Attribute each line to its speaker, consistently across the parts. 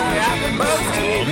Speaker 1: From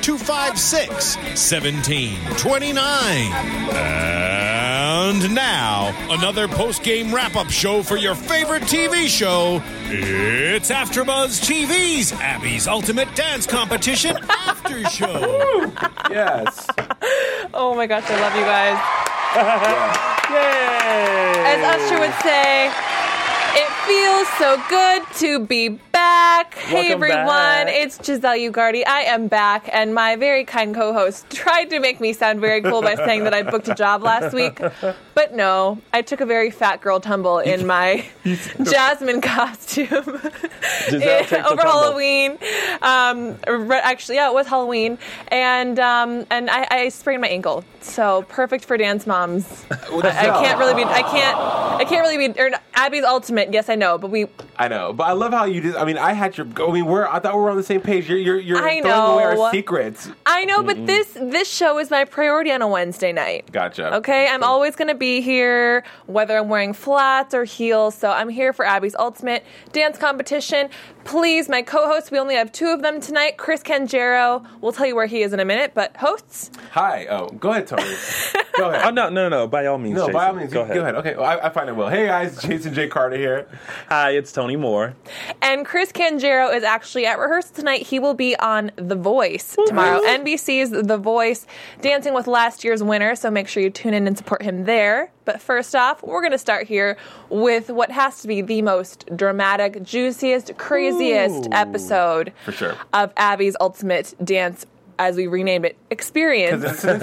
Speaker 1: 256 1729. And now, another post game wrap up show for your favorite TV show. It's AfterBuzz TV's Abby's Ultimate Dance Competition After Show.
Speaker 2: Yes.
Speaker 3: Oh my gosh, I love you guys.
Speaker 2: Yay.
Speaker 3: As Usher would say, it feels so good to be back. hey
Speaker 2: Welcome
Speaker 3: everyone,
Speaker 2: back.
Speaker 3: it's Giselle Ugardi. I am back, and my very kind co host tried to make me sound very cool by saying that I booked a job last week. But no, I took a very fat girl tumble in my Jasmine costume
Speaker 2: takes a
Speaker 3: over
Speaker 2: tumble.
Speaker 3: Halloween. Um, re- actually, yeah, it was Halloween, and um, and I, I sprained my ankle. So perfect for dance moms. I, I can't really be. I can't. I can't really be. Or Abby's ultimate. Yes, I know, but we.
Speaker 2: I know, but I love how you did. I mean, I had your. I mean, we're. I thought we were on the same page. You're. You're. you're
Speaker 3: I
Speaker 2: throwing away
Speaker 3: know.
Speaker 2: our secrets.
Speaker 3: I know, but this this show is my priority on a Wednesday night.
Speaker 2: Gotcha.
Speaker 3: Okay, I'm always going to be here, whether I'm wearing flats or heels. So I'm here for Abby's ultimate dance competition. Please, my co-hosts. We only have two of them tonight. Chris Canjero. We'll tell you where he is in a minute. But hosts,
Speaker 2: Hi. Oh, go ahead, Tony. go ahead.
Speaker 4: Oh no, no, no! By all means,
Speaker 2: no,
Speaker 4: Jason.
Speaker 2: by all means,
Speaker 4: go
Speaker 2: you-
Speaker 4: ahead.
Speaker 2: Go ahead. Okay, well, I, I find it will. Hey guys, Jason J. Carter here.
Speaker 4: Hi, it's Tony Moore.
Speaker 3: And Chris Canjero is actually at rehearsal tonight. He will be on The Voice tomorrow. NBC's The Voice, dancing with last year's winner. So make sure you tune in and support him there. But first off, we're going to start here with what has to be the most dramatic, juiciest, craziest episode
Speaker 2: For sure.
Speaker 3: of Abby's Ultimate Dance, as we renamed it, Experience.
Speaker 2: Because it's an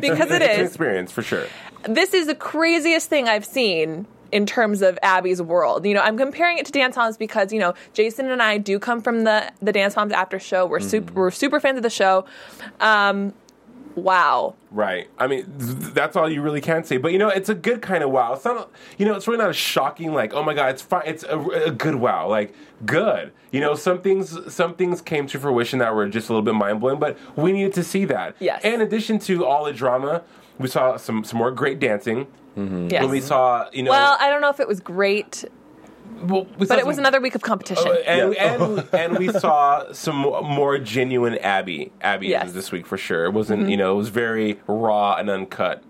Speaker 3: Because it
Speaker 2: it's an
Speaker 3: is.
Speaker 2: experience for sure.
Speaker 3: this is the craziest thing I've seen in terms of Abby's world. You know, I'm comparing it to Dance Moms because, you know, Jason and I do come from the the Dance Moms after show. We're
Speaker 2: Mm-hmm.
Speaker 3: super we're super fans of the show. Um wow.
Speaker 2: Right. I mean, th- that's all you really can say. But you know, it's a good kind of wow. It's not, you know, it's really not a shocking like, oh my god, it's fine. It's a, a good wow, like good. You know, some things, some things came to fruition that were just a little bit mind blowing, but we needed to see that.
Speaker 3: Yes.
Speaker 2: In addition to all the drama, we saw some some more great dancing.
Speaker 3: Yes.
Speaker 2: And Mm-hmm. we saw, you know,
Speaker 3: well, I don't know if it was great,
Speaker 2: well, we saw
Speaker 3: but it was
Speaker 2: some-
Speaker 3: another week of competition.
Speaker 2: Oh, and, and and we saw some more genuine Abby Abby
Speaker 3: Yes. Mm-hmm.
Speaker 2: this week for sure. It wasn't you know it was very raw and uncut.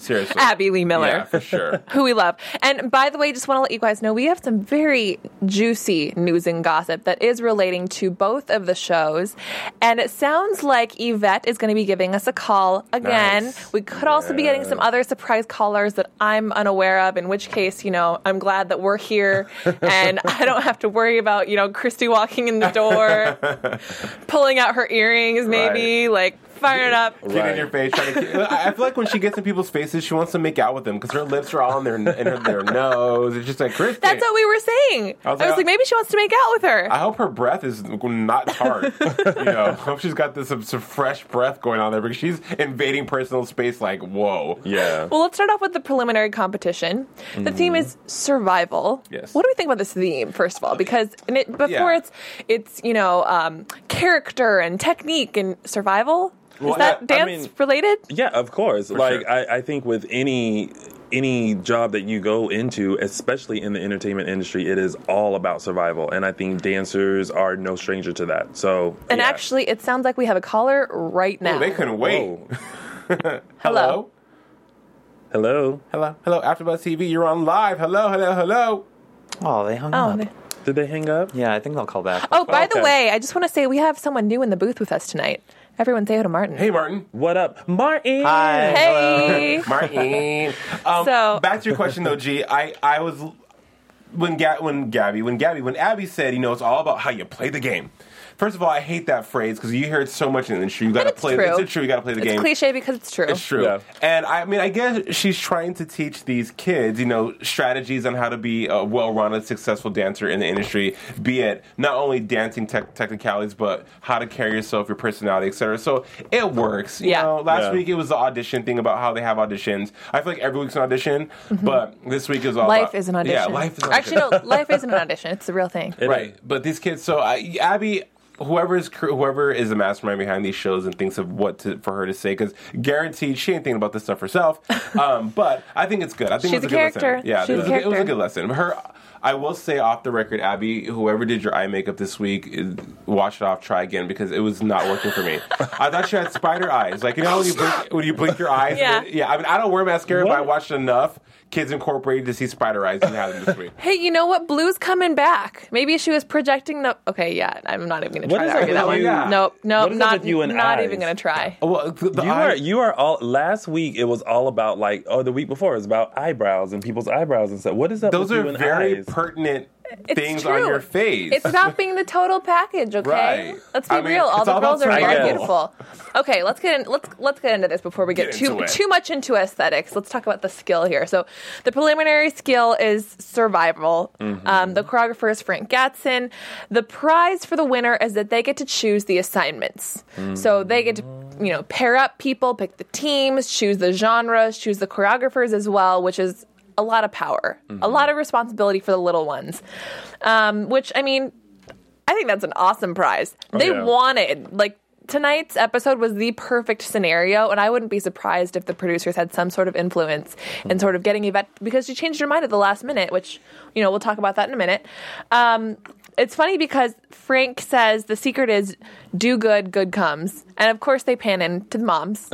Speaker 2: Seriously,
Speaker 3: Abby Lee Miller.
Speaker 2: Yeah, for sure.
Speaker 3: who we love. And by the way, just want to let you guys know we have some very juicy news and gossip that is relating to both of the shows. And it sounds like Yvette is going to be giving us a call again.
Speaker 2: Nice.
Speaker 3: We could also be getting some other surprise callers that I'm unaware of, in which case, you know, I'm glad that we're here and I don't have to worry about, you know, Christy walking in the door, pulling out her earrings, maybe, like firing up.
Speaker 2: Get in your face. Trying to, I I feel like when she gets in people's faces, she wants to make out with them because her lips are all in their in her, their nose. It's just like Kristen.
Speaker 3: That's what we were saying. I was, like, maybe she wants to make out with her.
Speaker 2: I hope her breath is not hard. you know, I hope she's got this some, some fresh breath going on there because she's invading personal space. Like, whoa,
Speaker 4: Yeah.
Speaker 3: Well, let's start off with the preliminary competition. The theme is survival.
Speaker 2: Mm. Yes.
Speaker 3: What do we think about this theme, first of all? Because in it, before
Speaker 2: Yeah.
Speaker 3: it's it's you know um, character and technique and survival.
Speaker 4: Well,
Speaker 3: is that
Speaker 4: I- I
Speaker 3: dance
Speaker 4: mean-
Speaker 3: related?
Speaker 4: Yeah, of course. like
Speaker 2: sure.
Speaker 4: I, I think with any any job that you go into, especially in the entertainment industry, it is all about survival, and I think dancers are no stranger to that. So
Speaker 3: And
Speaker 4: yeah.
Speaker 3: actually, it sounds like we have a caller right now.
Speaker 2: Oh, they couldn't wait.
Speaker 4: Whoa.
Speaker 3: Hello.
Speaker 4: hello.
Speaker 2: hello, hello, AfterBuzz TV. You're on live. Hello, hello, hello.
Speaker 5: Oh, they hung
Speaker 3: Oh,
Speaker 5: up.
Speaker 3: they-
Speaker 4: Did they hang up?
Speaker 5: Yeah, I think they'll call back.
Speaker 3: oh, by the
Speaker 4: Okay.
Speaker 3: way, I just want to say we have someone new in the booth with us tonight. Everyone say hello to Martin.
Speaker 2: Hey, Martin.
Speaker 4: What up, Martin?
Speaker 5: Hi.
Speaker 3: Hey.
Speaker 2: Martin. Um,
Speaker 3: So-
Speaker 2: back to your question though, G. I I was when Ga- when Gabby when Gabby when Abby said, you know, it's all about how you play the game. First of all, I hate that phrase because you hear it so much in the industry. You got to
Speaker 3: it's
Speaker 2: play.
Speaker 3: true.
Speaker 2: It's true. You got to play the
Speaker 3: It's
Speaker 2: game.
Speaker 3: cliche because it's true.
Speaker 2: It's true.
Speaker 4: Yeah.
Speaker 2: And I mean, I guess she's trying to teach these kids, you know, strategies on how to be a well rounded, successful dancer in the industry, be it not only dancing tech technicalities, but how to carry yourself, your personality, etc. So it works. You
Speaker 3: Yeah.
Speaker 2: know, last
Speaker 4: Yeah.
Speaker 2: week it was the audition thing about how they have auditions. I feel like every week's an audition, but this week is all
Speaker 3: Mm-hmm. Life
Speaker 2: about-
Speaker 3: is an audition.
Speaker 2: Yeah, life is an audition.
Speaker 3: Actually, no, life isn't an audition. It's the real thing.
Speaker 2: Right, but these kids. So I, Abby, whoever is cr- whoever is the mastermind behind these shows and thinks of what to, for her to say, because guaranteed she ain't thinking about this stuff herself. Um, but I think it's good. I think
Speaker 3: She's
Speaker 2: it was
Speaker 3: a
Speaker 2: good
Speaker 3: character.
Speaker 2: Lesson. Yeah,
Speaker 3: She's
Speaker 2: it
Speaker 3: a
Speaker 2: was, it was a
Speaker 3: character.
Speaker 2: good lesson. Her. I will say off the record, Abby, whoever did your eye makeup this week, is- wash it off, try again because it was not working for me. I thought you had spider eyes. Like, you know, when you blink, when you blink your eyes.
Speaker 3: Yeah.
Speaker 2: and then- yeah. I mean, I don't wear mascara, but I watched enough Kids Incorporated to see spider eyes and have them this week.
Speaker 3: Hey, you know what? Blue's coming back. Maybe she was projecting the. Okay, yeah, I'm not even gonna
Speaker 4: What
Speaker 3: try
Speaker 4: is
Speaker 3: to
Speaker 4: up
Speaker 3: argue
Speaker 4: with
Speaker 3: that one.
Speaker 2: you- Yeah.
Speaker 3: Nope,
Speaker 4: What
Speaker 3: nope,
Speaker 4: is up
Speaker 3: not
Speaker 4: with you and
Speaker 3: not
Speaker 4: eyes?
Speaker 3: even gonna try.
Speaker 2: Well, the, the
Speaker 4: You
Speaker 2: eye-
Speaker 4: are you are all last week it was all about like oh the week before it was about eyebrows and people's eyebrows and stuff. What is up
Speaker 2: Those
Speaker 4: with
Speaker 2: are
Speaker 4: you and
Speaker 2: very
Speaker 4: eyes?
Speaker 2: pertinent
Speaker 3: It's
Speaker 2: things
Speaker 3: true.
Speaker 2: on your face.
Speaker 3: It's about being the total package, okay?
Speaker 2: Right.
Speaker 3: Let's be
Speaker 2: I mean,
Speaker 3: real. All
Speaker 2: it's
Speaker 3: the
Speaker 2: all
Speaker 3: girls are
Speaker 2: about
Speaker 3: very
Speaker 4: style.
Speaker 3: beautiful. Okay, let's get in, let's let's get into this before we get,
Speaker 2: Get
Speaker 3: too
Speaker 2: into it.
Speaker 3: too much into aesthetics. Let's talk about the skill here. So, the preliminary skill is survival.
Speaker 2: Mm-hmm.
Speaker 3: Um, the choreographer is Frank Gatson. The prize for the winner is that they get to choose the assignments. So they get to you know pair up people, pick the teams, choose the genres, choose the choreographers as well, which is a lot of power,
Speaker 2: Mm-hmm.
Speaker 3: a lot of responsibility for the little ones. Um, which I mean, I think that's an awesome prize. They
Speaker 4: Oh, yeah.
Speaker 3: wanted like tonight's episode was the perfect scenario, and I wouldn't be surprised if the producers had some sort of influence in sort of getting Yvette because she changed her mind at the last minute, which you know we'll talk about that in a minute. Um, it's funny because Frank says the secret is do good, good comes, and of course they pan in to the moms.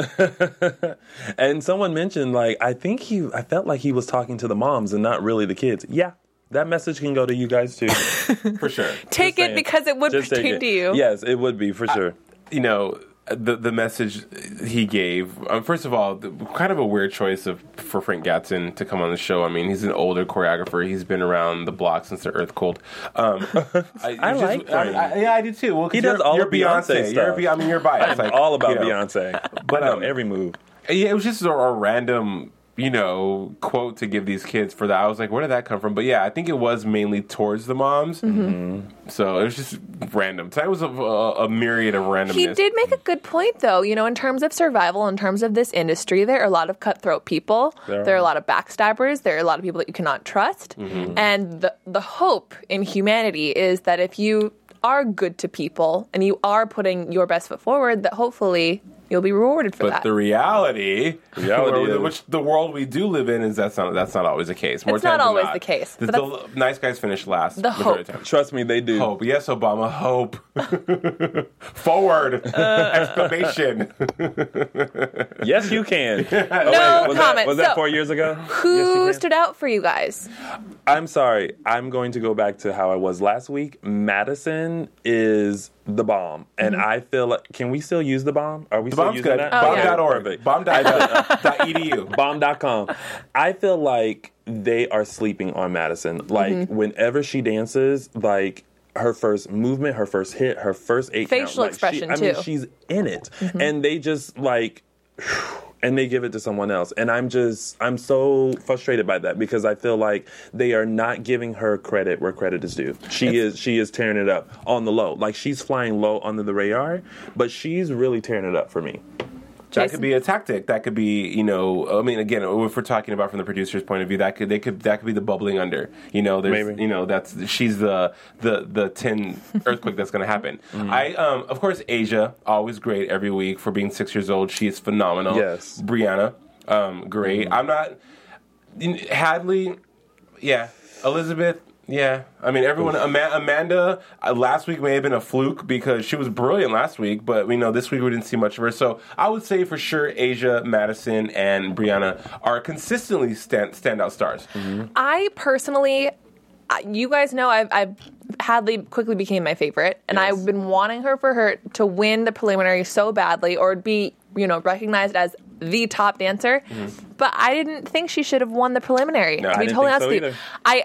Speaker 4: And someone mentioned like I think he I felt like he was talking to the moms and not really the kids. Yeah. That message can go to you guys too.
Speaker 2: for sure.
Speaker 3: take it because it would
Speaker 4: Just take
Speaker 3: pertain
Speaker 4: it.
Speaker 3: to you.
Speaker 4: Yes, it would be for sure.
Speaker 2: You know the the message he gave. Um, first of all, the, kind of a weird choice of for Frank Gatson to come on the show. I mean, he's an older choreographer. He's been around the block since the Earth cold. Um, I,
Speaker 4: I
Speaker 2: you
Speaker 4: like Frank.
Speaker 2: I, I, yeah, I do too. Well, 'cause
Speaker 4: He does
Speaker 2: you're-
Speaker 4: all
Speaker 2: you're
Speaker 4: of Beyonce
Speaker 2: You're,
Speaker 4: stuff.
Speaker 2: Be- I mean, you're biased.
Speaker 4: I'm
Speaker 2: like,
Speaker 4: all about
Speaker 2: you know.
Speaker 4: Beyonce.
Speaker 2: But,
Speaker 4: But no,
Speaker 2: um,
Speaker 4: every move.
Speaker 2: Yeah, it was just a, a random, you know, quote to give these kids for that. I was like, where did that come from? But yeah, I think it was mainly towards the moms.
Speaker 3: Mm-hmm.
Speaker 2: Mm-hmm. So it was just random. Tonight was a, a, a myriad of randomness.
Speaker 3: He did make a good point, though. You know, in terms of survival, in terms of this industry, there are a lot of cutthroat people. There
Speaker 4: There
Speaker 3: are,
Speaker 4: are. Mm-hmm.
Speaker 3: a lot of backstabbers. There are a lot of people that you cannot trust. And the the hope in humanity is that if you are good to people and you are putting your best foot forward, that hopefully you'll be rewarded for
Speaker 2: But
Speaker 3: that.
Speaker 2: the reality,
Speaker 4: Reality
Speaker 2: where-
Speaker 4: is-
Speaker 2: which the world we do live in, is that's not that's not always the case. More
Speaker 3: It's not
Speaker 2: times than
Speaker 3: always the case,
Speaker 2: The,
Speaker 3: but
Speaker 2: the nice guys finish last.
Speaker 3: The
Speaker 2: majority
Speaker 3: hope.
Speaker 2: of the time.
Speaker 4: Trust me, they do.
Speaker 2: Hope. Yes, Obama. Hope. Forward.
Speaker 3: Uh.
Speaker 2: Exclamation.
Speaker 4: Yes, you can. no
Speaker 3: No
Speaker 4: was That,
Speaker 3: comment.
Speaker 4: was that
Speaker 3: So-
Speaker 4: four years ago?
Speaker 3: Who
Speaker 4: Yes, you
Speaker 3: stood out for you guys?
Speaker 4: I'm sorry. I'm going to go back to how I was last week. Madison is the bomb, and I feel like can we still use the bomb? Are we
Speaker 2: The
Speaker 4: still
Speaker 2: bomb's
Speaker 4: using
Speaker 2: good.
Speaker 4: that?
Speaker 3: Mm-hmm. Oh, yeah.
Speaker 2: Bomb.org.
Speaker 4: Perfect.
Speaker 2: Bomb.edu.
Speaker 4: bomb.com. I feel like they are sleeping on Madison. Like
Speaker 3: Mm-hmm.
Speaker 4: whenever she dances, like her first movement, her first hit, her first eight count,
Speaker 3: Facial
Speaker 4: like, she-
Speaker 3: expression,
Speaker 4: I
Speaker 3: too. Mm-hmm.
Speaker 4: mean, she's in it, and they just like. And they give it to someone else. And I'm just, I'm so frustrated by that because I feel like they are not giving her credit where credit is due. She is, she is tearing it up on the low. Like she's flying low under the radar, but she's really tearing it up for me.
Speaker 2: That
Speaker 3: Jason?
Speaker 2: could be a tactic. That could be, you know, I mean, again, if we're talking about from the producer's point of view, that could they could that could be the bubbling under. You know, there's,
Speaker 4: Maybe.
Speaker 2: you know, that's she's the the the tin earthquake that's going to happen. I, um, of course, Asia always great every week for being six years old. She is phenomenal.
Speaker 4: Yes. Mm-hmm.
Speaker 2: Brianna, um, great. I'm not in- Hadley, yeah. Elizabeth, yeah. I mean, everyone. Ama- Amanda uh, last week may have been a fluke because she was brilliant last week, but we know this week we didn't see much of her. So I would say for sure, Asia, Madison, and Brianna are consistently stand- standout stars.
Speaker 4: Mm-hmm.
Speaker 3: I personally, I- you guys know I've, I've Hadley quickly became my favorite, and
Speaker 2: Yes.
Speaker 3: I've been wanting her for her to win the preliminary so badly, or be you know recognized as the top dancer. But I didn't think she should have won the preliminary.
Speaker 4: Mm-hmm. I
Speaker 3: to be
Speaker 4: didn't
Speaker 3: totally honest
Speaker 4: think so
Speaker 3: with you,
Speaker 4: either.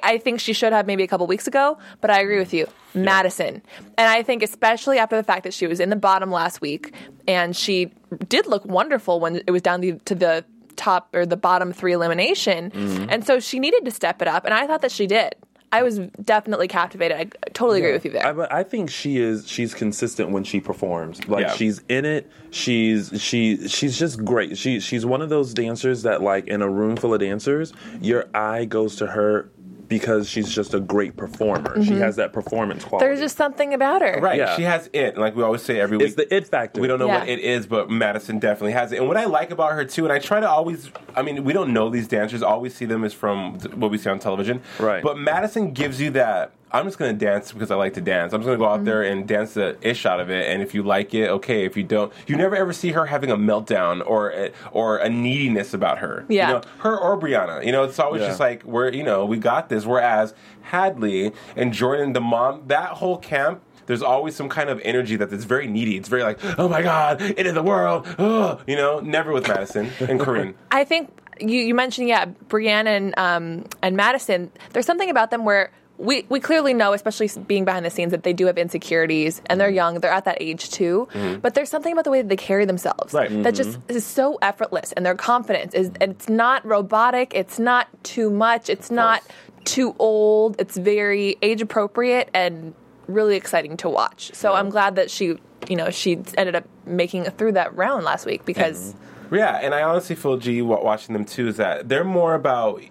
Speaker 3: I, I think she should have maybe a couple weeks ago. But I agree with you, Madison, and I think especially after the fact that she was in the bottom last week and she did look wonderful when it was down the, to the top or the bottom three elimination, and so she needed to step it up, and I thought that she did. I was definitely captivated. I totally agree with you there.
Speaker 4: I, but I think she is. She's consistent when she performs. Like
Speaker 2: Yeah.
Speaker 4: she's in it. She's she she's just great. She she's one of those dancers that like in a room full of dancers, your eye goes to her because she's just a great performer. She has that performance quality.
Speaker 3: Mm-hmm. There's just something about her.
Speaker 2: Right.
Speaker 4: Yeah.
Speaker 2: She has it. Like we always say every
Speaker 4: it's
Speaker 2: week.
Speaker 4: the it factor.
Speaker 2: we don't know
Speaker 3: Yeah.
Speaker 2: what it is, but Madison definitely has it. And what I like about her too, and I try to always, I mean, we don't know these dancers. All we see them is from th- what we see on television.
Speaker 4: Right.
Speaker 2: But Madison gives you that. I'm just gonna dance because I like to dance. I'm just gonna go
Speaker 3: Mm-hmm.
Speaker 2: out there and dance the ish out of it. And if you like it, okay. If you don't, you never ever see her having a meltdown or a, or a neediness about her.
Speaker 3: Yeah.
Speaker 2: You know, her or Brianna. You know, it's always
Speaker 4: Yeah.
Speaker 2: just like we're you know we got this. Whereas Hadley and Jordan, the mom, that whole camp. There's always some kind of energy that is very needy. It's very like, oh my god, into the world, oh, you know. Never with Madison and Corinne.
Speaker 3: I think you, you mentioned yeah, Brianna and um, and Madison. There's something about them where we we clearly know, especially being behind the scenes, that they do have insecurities and they're young. They're at that age too. But there's something about the way that they carry themselves
Speaker 2: Right.
Speaker 3: that just is so effortless, and their confidence is. It's not robotic. It's not too much. It's not too old. It's very age appropriate and really exciting to watch. So I'm glad that she. You know, she ended up making it through that round last week because
Speaker 2: Yeah, and I honestly feel G wa- watching them too is that they're more about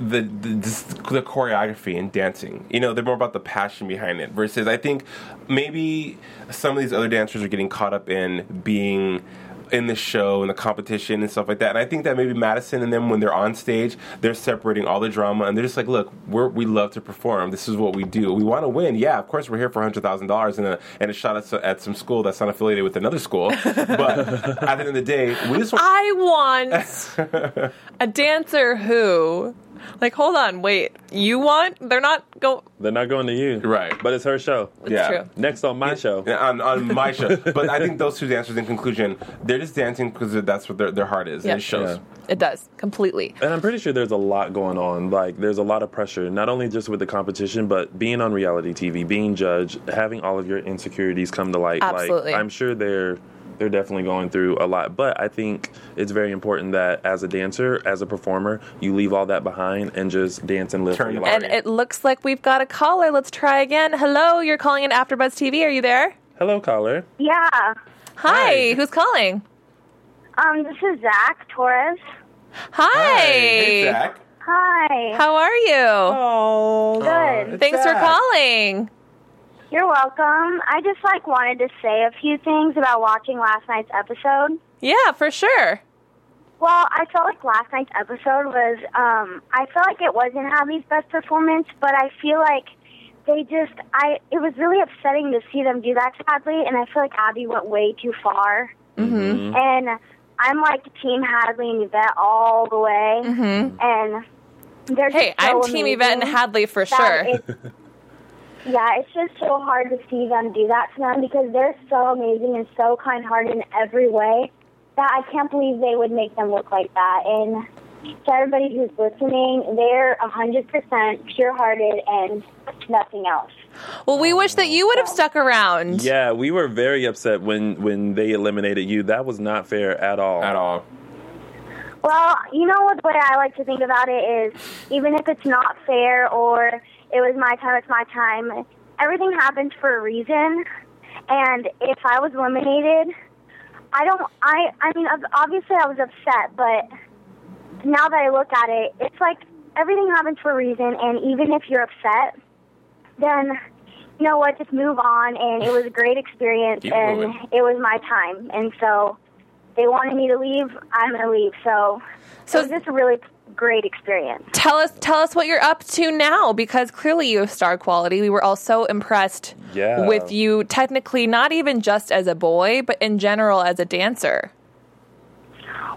Speaker 2: the the, just the choreography and dancing. You know, they're more about the passion behind it. Versus, I think maybe some of these other dancers are getting caught up in being in the show and the competition and stuff like that. And I think that maybe Madison and them when they're on stage, they're separating all the drama and they're just like, look, we're, we love to perform. This is what we do. We want to win. Yeah, of course we're here for $100,000 and a, and a shot at, so- at some school that's not affiliated with another school. But at the end of the day, we just want
Speaker 3: I want a dancer who, like, hold on, wait. You want? They're not go.
Speaker 4: They're not going to you,
Speaker 2: Right.
Speaker 4: But it's her show.
Speaker 2: yeah.
Speaker 3: true.
Speaker 4: Next on my show.
Speaker 2: Yeah, on, on my show. But I think those two dancers, in conclusion, they're just dancing because that's what their, their heart is.
Speaker 3: Yeah.
Speaker 2: And it shows.
Speaker 3: It does completely.
Speaker 4: And I'm pretty sure there's a lot going on. Like, there's a lot of pressure, not only just with the competition, but being on reality TV, being judged, having all of your insecurities come to light.
Speaker 3: Absolutely.
Speaker 4: Like, I'm sure they're they're definitely going through a lot. But I think it's very important that as a dancer, as a performer, you leave all that behind and just dance and live
Speaker 2: Turn
Speaker 4: for your
Speaker 2: it
Speaker 4: life.
Speaker 3: And it looks like we've got a caller. Let's try again. Hello, you're calling in AfterBuzz TV. Are you there?
Speaker 4: Hello, caller.
Speaker 5: Yeah.
Speaker 3: Hi. Who's calling?
Speaker 5: Um, this is Zach Torres.
Speaker 3: Hi.
Speaker 2: Hey, Zach.
Speaker 5: Hi.
Speaker 3: How are you?
Speaker 5: Good.
Speaker 3: Thanks for
Speaker 2: Zach.
Speaker 3: calling.
Speaker 5: You're welcome. I just like wanted to say a few things about watching last night's episode.
Speaker 3: Yeah, for sure.
Speaker 5: Well, I felt like last night's episode was um I felt like it wasn't Abby's best performance, but I feel like they just I it was really upsetting to see them do that to Hadley and I feel like Abby went way too far. Mm-hmm. And I'm like team Hadley and Yvette all the way. Mm-hmm. And they're
Speaker 3: Hey,
Speaker 5: just so
Speaker 3: I'm Team Yvette and
Speaker 5: amazing.
Speaker 3: Hadley for
Speaker 5: that
Speaker 3: sure.
Speaker 5: it's- yeah, it's just so hard to see them do that to them because they're so amazing and so kind hearted in every way that I can't believe they would make them look like that. And to everybody who's listening, they're 100% pure hearted and nothing else.
Speaker 3: Well, we wish that you would have stuck around.
Speaker 4: Yeah, we were very upset when when they eliminated you. That was not fair at all.
Speaker 2: At all.
Speaker 5: Well, you know what? The way I like to think about it is, even if it's not fair or it was my time, it's my time. Everything happens for a reason, and if I was eliminated, I don't. I I mean, ob- obviously I was upset, but now that I look at it, it's like everything happens for a reason, and even if you're upset, then you know what? Just move on, and it was a great experience,
Speaker 2: Keep
Speaker 5: and
Speaker 2: moving.
Speaker 5: it was my time, and so they wanted me to leave, I'm gonna leave.
Speaker 3: So-
Speaker 5: So, so it was just a really great experience.
Speaker 3: tell us tell us what you're up to now because clearly you have star quality we were all so impressed
Speaker 4: Yeah.
Speaker 3: with you technically not even just as a boy but in general as a dancer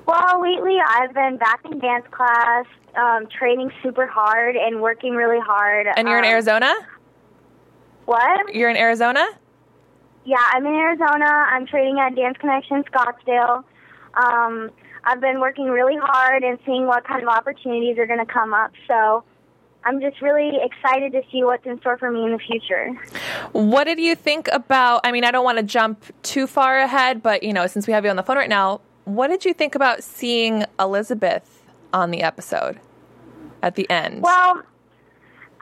Speaker 5: Well, lately I've been back in dance class, um, training super hard and working really hard.
Speaker 3: and you're in
Speaker 5: Um,
Speaker 3: arizona
Speaker 5: What?
Speaker 3: you're in arizona
Speaker 5: Yeah, I'm in Arizona. I'm training at Dance Connection Scottsdale. Um, I've been working really hard and seeing what kind of opportunities are going to come up. So I'm just really excited to see what's in store for me in the future.
Speaker 3: What did you think about? I mean, I don't want to jump too far ahead, but you know, since we have you on the phone right now, what did you think about seeing Elizabeth on the episode at the end?
Speaker 5: Well,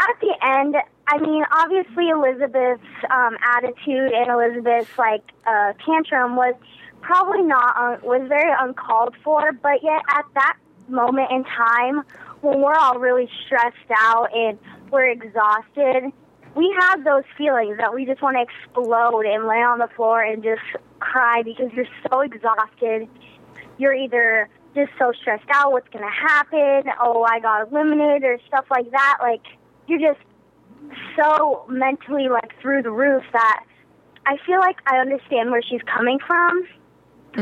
Speaker 5: at the end, I mean, obviously Elizabeth's um, attitude and Elizabeth's like uh, tantrum was probably not un- was very uncalled for. But yet, at that moment in time, when we're all really stressed out and we're exhausted, we have those feelings that we just want to explode and lay on the floor and just cry because you're so exhausted you're either just so stressed out, what's going to happen? Oh, I got eliminated or stuff like that. Like, you're just so mentally, like, through the roof that I feel like I understand where she's coming from.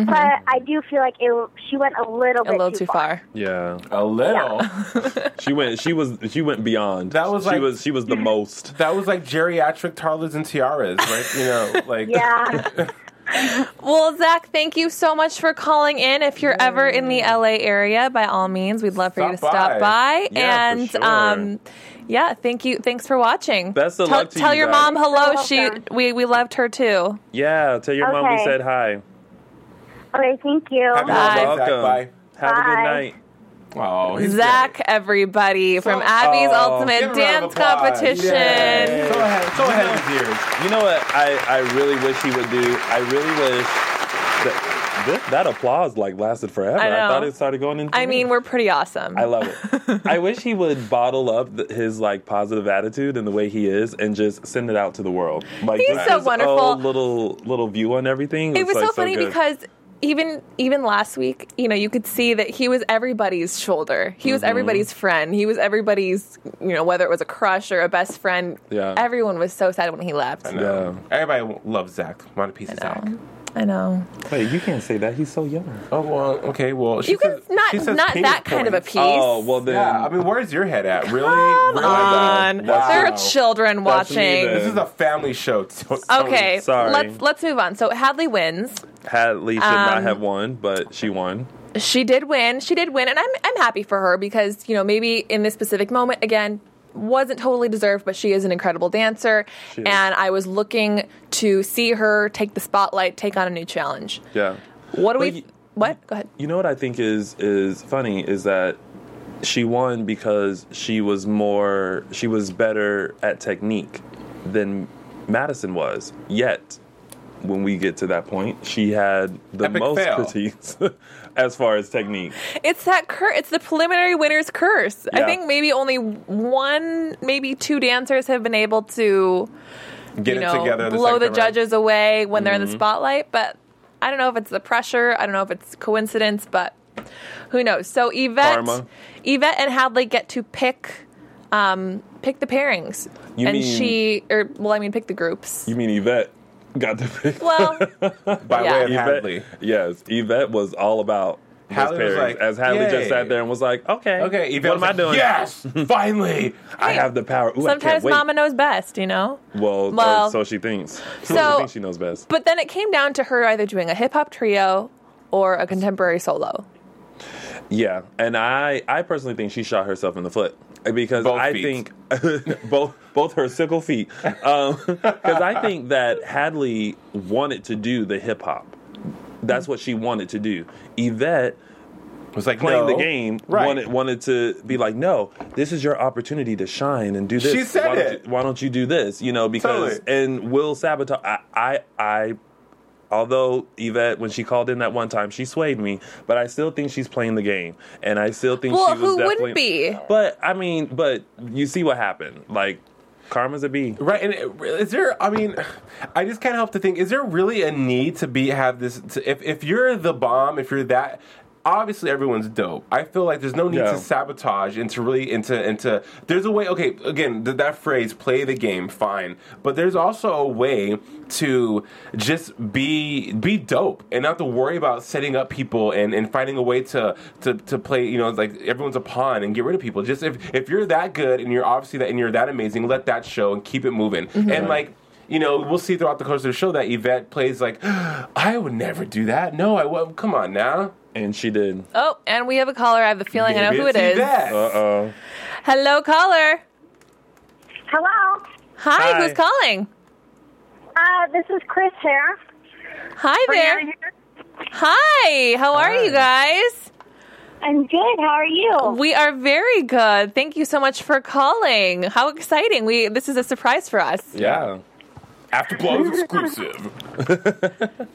Speaker 5: But I do feel like it, she went a little
Speaker 3: Mm-hmm. a
Speaker 5: bit
Speaker 3: little
Speaker 5: too,
Speaker 3: too far.
Speaker 4: Yeah,
Speaker 2: A little.
Speaker 4: she went. She was. She went beyond.
Speaker 2: That was
Speaker 4: she
Speaker 2: like-
Speaker 4: was. She was the most.
Speaker 2: That was like geriatric toddlers and tiaras, right? You know, like
Speaker 5: Yeah.
Speaker 3: Well, Zach, thank you so much for calling in. If you're ever in the LA area, by all means, we'd love for you to
Speaker 2: Stop
Speaker 3: stop by.
Speaker 2: by.
Speaker 4: Yeah, for
Speaker 3: and
Speaker 4: sure.
Speaker 3: um, yeah, thank you. Thanks for watching.
Speaker 4: Best of
Speaker 3: tell,
Speaker 4: luck to
Speaker 3: tell
Speaker 4: you
Speaker 3: your
Speaker 4: guys.
Speaker 3: mom hello.
Speaker 5: You're
Speaker 3: She
Speaker 5: welcome.
Speaker 3: we, we loved her too.
Speaker 4: Yeah, tell your mom we
Speaker 5: Okay.
Speaker 4: said hi.
Speaker 5: okay, thank you.
Speaker 2: Happy
Speaker 3: Bye.
Speaker 2: Zach,
Speaker 4: Welcome.
Speaker 2: bye.
Speaker 4: Have a good
Speaker 5: Bye.
Speaker 4: night.
Speaker 2: Oh, he's
Speaker 3: Zach, everybody, from Abby's
Speaker 4: Oh,
Speaker 2: great.
Speaker 3: Ultimate
Speaker 2: Give him a round of
Speaker 3: Dance
Speaker 2: applause.
Speaker 3: Competition.
Speaker 2: Yay. So ahead, so ahead of his ears.
Speaker 4: You know what I, I really wish he would do? I really wish that this, that applause like lasted forever.
Speaker 3: I know.
Speaker 4: thought it started going into
Speaker 3: I
Speaker 4: me.
Speaker 3: mean, we're pretty awesome.
Speaker 4: I love it. I wish he would bottle up th- his like positive attitude and the way he is, and just send it out to the world. Like
Speaker 3: He's
Speaker 4: just
Speaker 3: so
Speaker 4: his
Speaker 3: wonderful.
Speaker 4: own little little view on everything.
Speaker 3: it
Speaker 4: It's,
Speaker 3: was
Speaker 4: like,
Speaker 3: so funny
Speaker 4: good.
Speaker 3: because even even last week, you know, you could see that he was everybody's shoulder. He was
Speaker 4: Mm-hmm.
Speaker 3: everybody's friend. He was everybody's, you know, whether it was a crush or a best friend.
Speaker 4: Yeah.
Speaker 3: Everyone was so sad when he left.
Speaker 2: No. Everybody loves Zach. Want a piece of Zach.
Speaker 3: I know.
Speaker 4: Wait, you can't say that. He's so young.
Speaker 2: Oh well, okay. Well, she
Speaker 3: You can
Speaker 2: says-
Speaker 3: not
Speaker 2: she says
Speaker 3: not
Speaker 2: penis
Speaker 3: that kind of a
Speaker 2: points.
Speaker 3: piece.
Speaker 4: Oh well, then
Speaker 2: Yeah, I mean, where's your head at? Really?
Speaker 3: Come
Speaker 2: Really?
Speaker 3: on.
Speaker 2: Wow.
Speaker 3: There are children
Speaker 4: That's me
Speaker 3: watching.
Speaker 4: then.
Speaker 2: This is a family show. So- so-
Speaker 3: Okay,
Speaker 4: Sorry.
Speaker 3: let's let's move on. So Hadley wins.
Speaker 4: Hadley should not
Speaker 3: Um,
Speaker 4: have won, but she won.
Speaker 3: she did win. She did win, and I'm I'm happy for her because you know maybe in this specific moment again wasn't totally deserved, but she is an incredible dancer,
Speaker 4: is.
Speaker 3: and I was looking to see her take the spotlight, take on a new challenge.
Speaker 4: Yeah.
Speaker 3: What do we?
Speaker 4: Well, you-
Speaker 3: what? Go ahead.
Speaker 4: You know what I think is is funny is that she won because she was more she was better at technique than Madison was. Yet when we get to that point, she had the
Speaker 2: Epic
Speaker 4: most
Speaker 2: fail.
Speaker 4: critiques as far as technique.
Speaker 3: It's that cur- It's the preliminary winner's curse. I
Speaker 4: Yeah.
Speaker 3: think maybe only one, maybe two dancers have been able to
Speaker 2: Get
Speaker 3: you
Speaker 2: it
Speaker 3: know
Speaker 2: together.
Speaker 3: blow the
Speaker 2: second round.
Speaker 3: judges away when they're in the spotlight. But I don't know if it's the pressure. I don't know if it's coincidence, but who knows? So Yvette,
Speaker 4: Karma.
Speaker 3: Yvette and Hadley get to pick, um, pick the pairings,
Speaker 4: You
Speaker 3: and
Speaker 4: mean-
Speaker 3: she or well, I mean, pick the groups.
Speaker 4: You mean Yvette got the pick?
Speaker 3: well,
Speaker 2: by
Speaker 3: yeah.
Speaker 2: way of
Speaker 4: Yvette,
Speaker 2: Hadley.
Speaker 4: Yes, Yvette was all about those
Speaker 2: Hadley was
Speaker 4: pairings,
Speaker 2: like,
Speaker 4: as Hadley
Speaker 2: "Yay."
Speaker 4: just sat there and was like, "Okay,
Speaker 2: Okay, Yvette
Speaker 4: what am
Speaker 2: was
Speaker 4: I
Speaker 2: like,
Speaker 4: doing?
Speaker 2: Yes, finally.
Speaker 4: I have the power. Ooh, I can't
Speaker 3: sometimes
Speaker 4: wait."
Speaker 3: Mama knows best, you know.
Speaker 4: Well,
Speaker 3: Well,
Speaker 4: uh, so she thinks.
Speaker 3: so-
Speaker 4: she thinks she knows best.
Speaker 3: But then it came down to her either doing a hip hop trio or a contemporary solo.
Speaker 4: Yeah, and I I personally think she shot herself in the foot because
Speaker 2: Both
Speaker 4: I
Speaker 2: feet.
Speaker 4: think both both her sickle feet because I think that Hadley wanted to do the hip hop. That's what she wanted to do. Yvette
Speaker 2: Was like
Speaker 4: playing the
Speaker 2: no.
Speaker 4: game
Speaker 2: Right.
Speaker 4: wanted wanted to be like, no, this is your opportunity to shine and do this.
Speaker 2: She said
Speaker 4: why don't
Speaker 2: it.
Speaker 4: You, why don't you do this? You know because
Speaker 2: Totally.
Speaker 4: and will sabotage. I I. I Although Yvette, when she called in that one time, she swayed me, but I still think she's playing the game, and I still think
Speaker 3: Well,
Speaker 4: she was
Speaker 3: who
Speaker 4: definitely.
Speaker 3: wouldn't be?
Speaker 4: But I mean, but you see what happened? Like, karma's a bee.
Speaker 2: Right, and it- is there? I mean, I just can't help to think: is there really a need to be have this? To, if if you're the bomb, if you're that, obviously everyone's dope. I feel like there's no need
Speaker 4: Yeah.
Speaker 2: to sabotage and to really into into. There's a way. Okay, again, th- that phrase "play the game," fine, but there's also a way to just be be dope and not to worry about setting up people and and finding a way to to to play. You know, it's like everyone's a pawn and get rid of people. Just if if you're that good and you're obviously that and you're that amazing, let that show and keep it moving.
Speaker 3: Mm-hmm.
Speaker 2: And like you know, we'll see throughout the course of the show that Yvette plays like, I would never do that. No, I won't. Come on now.
Speaker 4: And she did.
Speaker 3: Oh, and we have a caller. I have a feeling I know who it is.
Speaker 4: Uh oh.
Speaker 3: Hello, caller.
Speaker 5: Hello.
Speaker 3: Hi,
Speaker 4: Hi.
Speaker 3: who's calling?
Speaker 5: Uh, this is Chris here.
Speaker 3: Hi there.
Speaker 5: Brianna here.
Speaker 3: Hi. How are you guys?
Speaker 5: I'm good. How are you?
Speaker 3: We are very good. Thank you so much for calling. How exciting. We this is a surprise for us.
Speaker 4: Yeah.
Speaker 2: After Blows exclusive.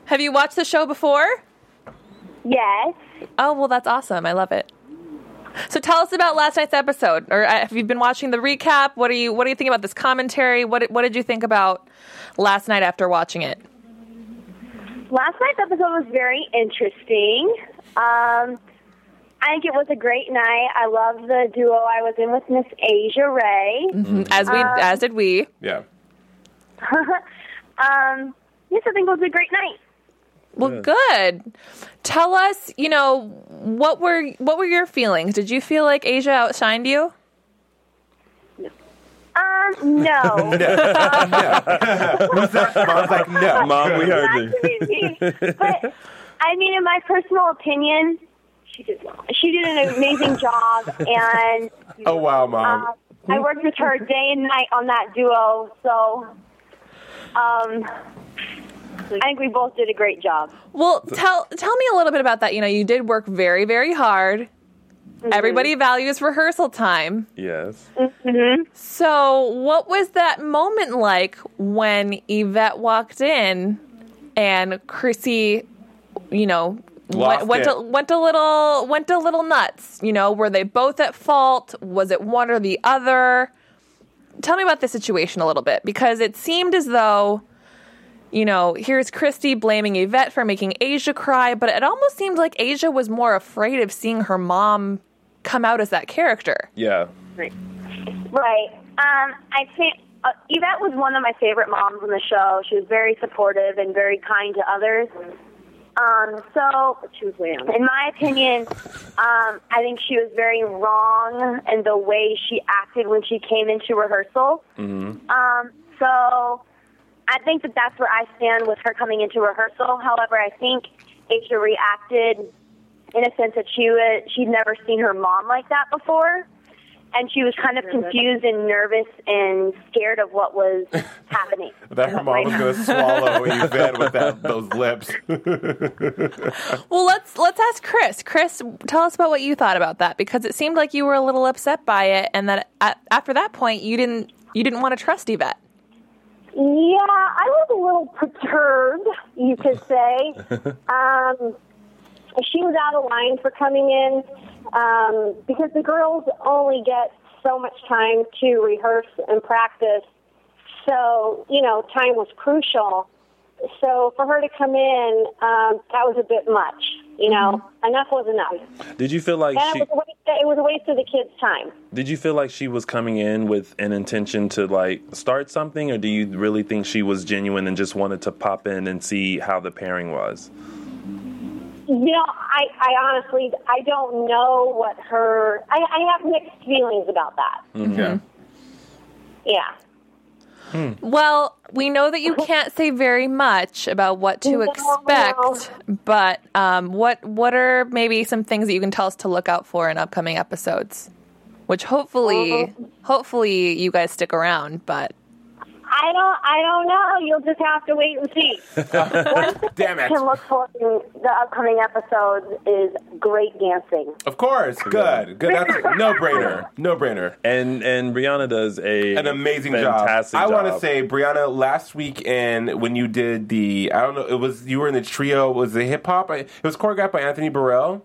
Speaker 3: Have you watched the show before?
Speaker 5: Yes.
Speaker 3: Oh, well that's awesome. I love it. So tell us about last night's episode or uh, have you been watching the recap? What are you what do you think about this commentary? What what did you think about last night after watching it?
Speaker 5: Last night's episode was very interesting. Um, I think it was a great night. I love the duo I was in with Miss Asia Ray.
Speaker 2: Mm-hmm.
Speaker 3: As we as did we.
Speaker 2: Yeah.
Speaker 5: Um, yes, I think it was a great night.
Speaker 3: Well, good. Tell us, you know, what were what were your feelings? Did you feel like Asia outshined you?
Speaker 5: Um, no.
Speaker 2: Mom's like, no.
Speaker 4: Mom, Um, we heard
Speaker 5: Not
Speaker 4: you.
Speaker 5: to be mean, but I mean, in my personal opinion, she did she did an amazing job, and
Speaker 2: Oh, wow, Mom.
Speaker 5: um, I worked with her day and night on that duo. So, um, I think we both did a great job.
Speaker 3: Well, tell tell me a little bit about that. You know, you did work very, very hard. Everybody values rehearsal time.
Speaker 4: Yes.
Speaker 3: So, what was that moment like when Yvette walked in and Chrissy, you know,
Speaker 2: Lost
Speaker 3: went, went,
Speaker 2: it.
Speaker 3: a, went a little went a little nuts? You know, were they both at fault? Was it one or the other? Tell me about the situation a little bit because it seemed as though, you know, here's Christy blaming Yvette for making Asia cry, but it almost seemed like Asia was more afraid of seeing her mom come out as that character.
Speaker 4: Yeah.
Speaker 5: Right. Um, I think uh, Yvette was one of my favorite moms on the show. She was very supportive and very kind to others. Um, so, in my opinion, um, I think she was very wrong in the way she acted when she came into rehearsal. Um, so, I think that that's where I stand with her coming into rehearsal. However, I think Asia reacted in a sense that she was, she'd never seen her mom like that before and she was kind of confused and nervous and scared of what was happening.
Speaker 2: That her mom was going to swallow Yvette with that, those lips.
Speaker 3: Well, let's let's ask Chris. Chris, tell us about what you thought about that because it seemed like you were a little upset by it, and that at, after that point, you didn't you didn't want to trust Yvette.
Speaker 5: Yeah, I was a little perturbed, you could say. um, she was out of line for coming in um, because the girls only get so much time to rehearse and practice. So, you know, time was crucial. So for her to come in, um, that was a bit much. You know, enough was enough.
Speaker 4: Did you feel like
Speaker 5: And
Speaker 4: she?
Speaker 5: it, was a waste, it was a waste of the kids' time.
Speaker 4: Did you feel like she was coming in with an intention to like start something, or do you really think she was genuine and just wanted to pop in and see how the pairing was?
Speaker 5: You know, I, I honestly, I don't know what her. I, I have mixed feelings about that.
Speaker 2: Yeah.
Speaker 5: Yeah.
Speaker 3: Well, we know that you can't say very much about what to
Speaker 5: No,
Speaker 3: expect, but um, what what are maybe some things that you can tell us to look out for in upcoming episodes? Which hopefully, hopefully, you guys stick around. But
Speaker 5: I don't. I don't know. You'll just have to wait and see.
Speaker 2: Damn it.
Speaker 5: Can look forward to the upcoming episodes is great dancing.
Speaker 2: Of course. Good. Good. That's no brainer. No brainer.
Speaker 4: And and Brianna does a
Speaker 2: An amazing
Speaker 4: fantastic
Speaker 2: job. I want to
Speaker 4: job.
Speaker 2: say, Brianna, last week in when you did the, I don't know, it was you were in the trio. Was it hip hop? It was choreographed by Anthony Burrell.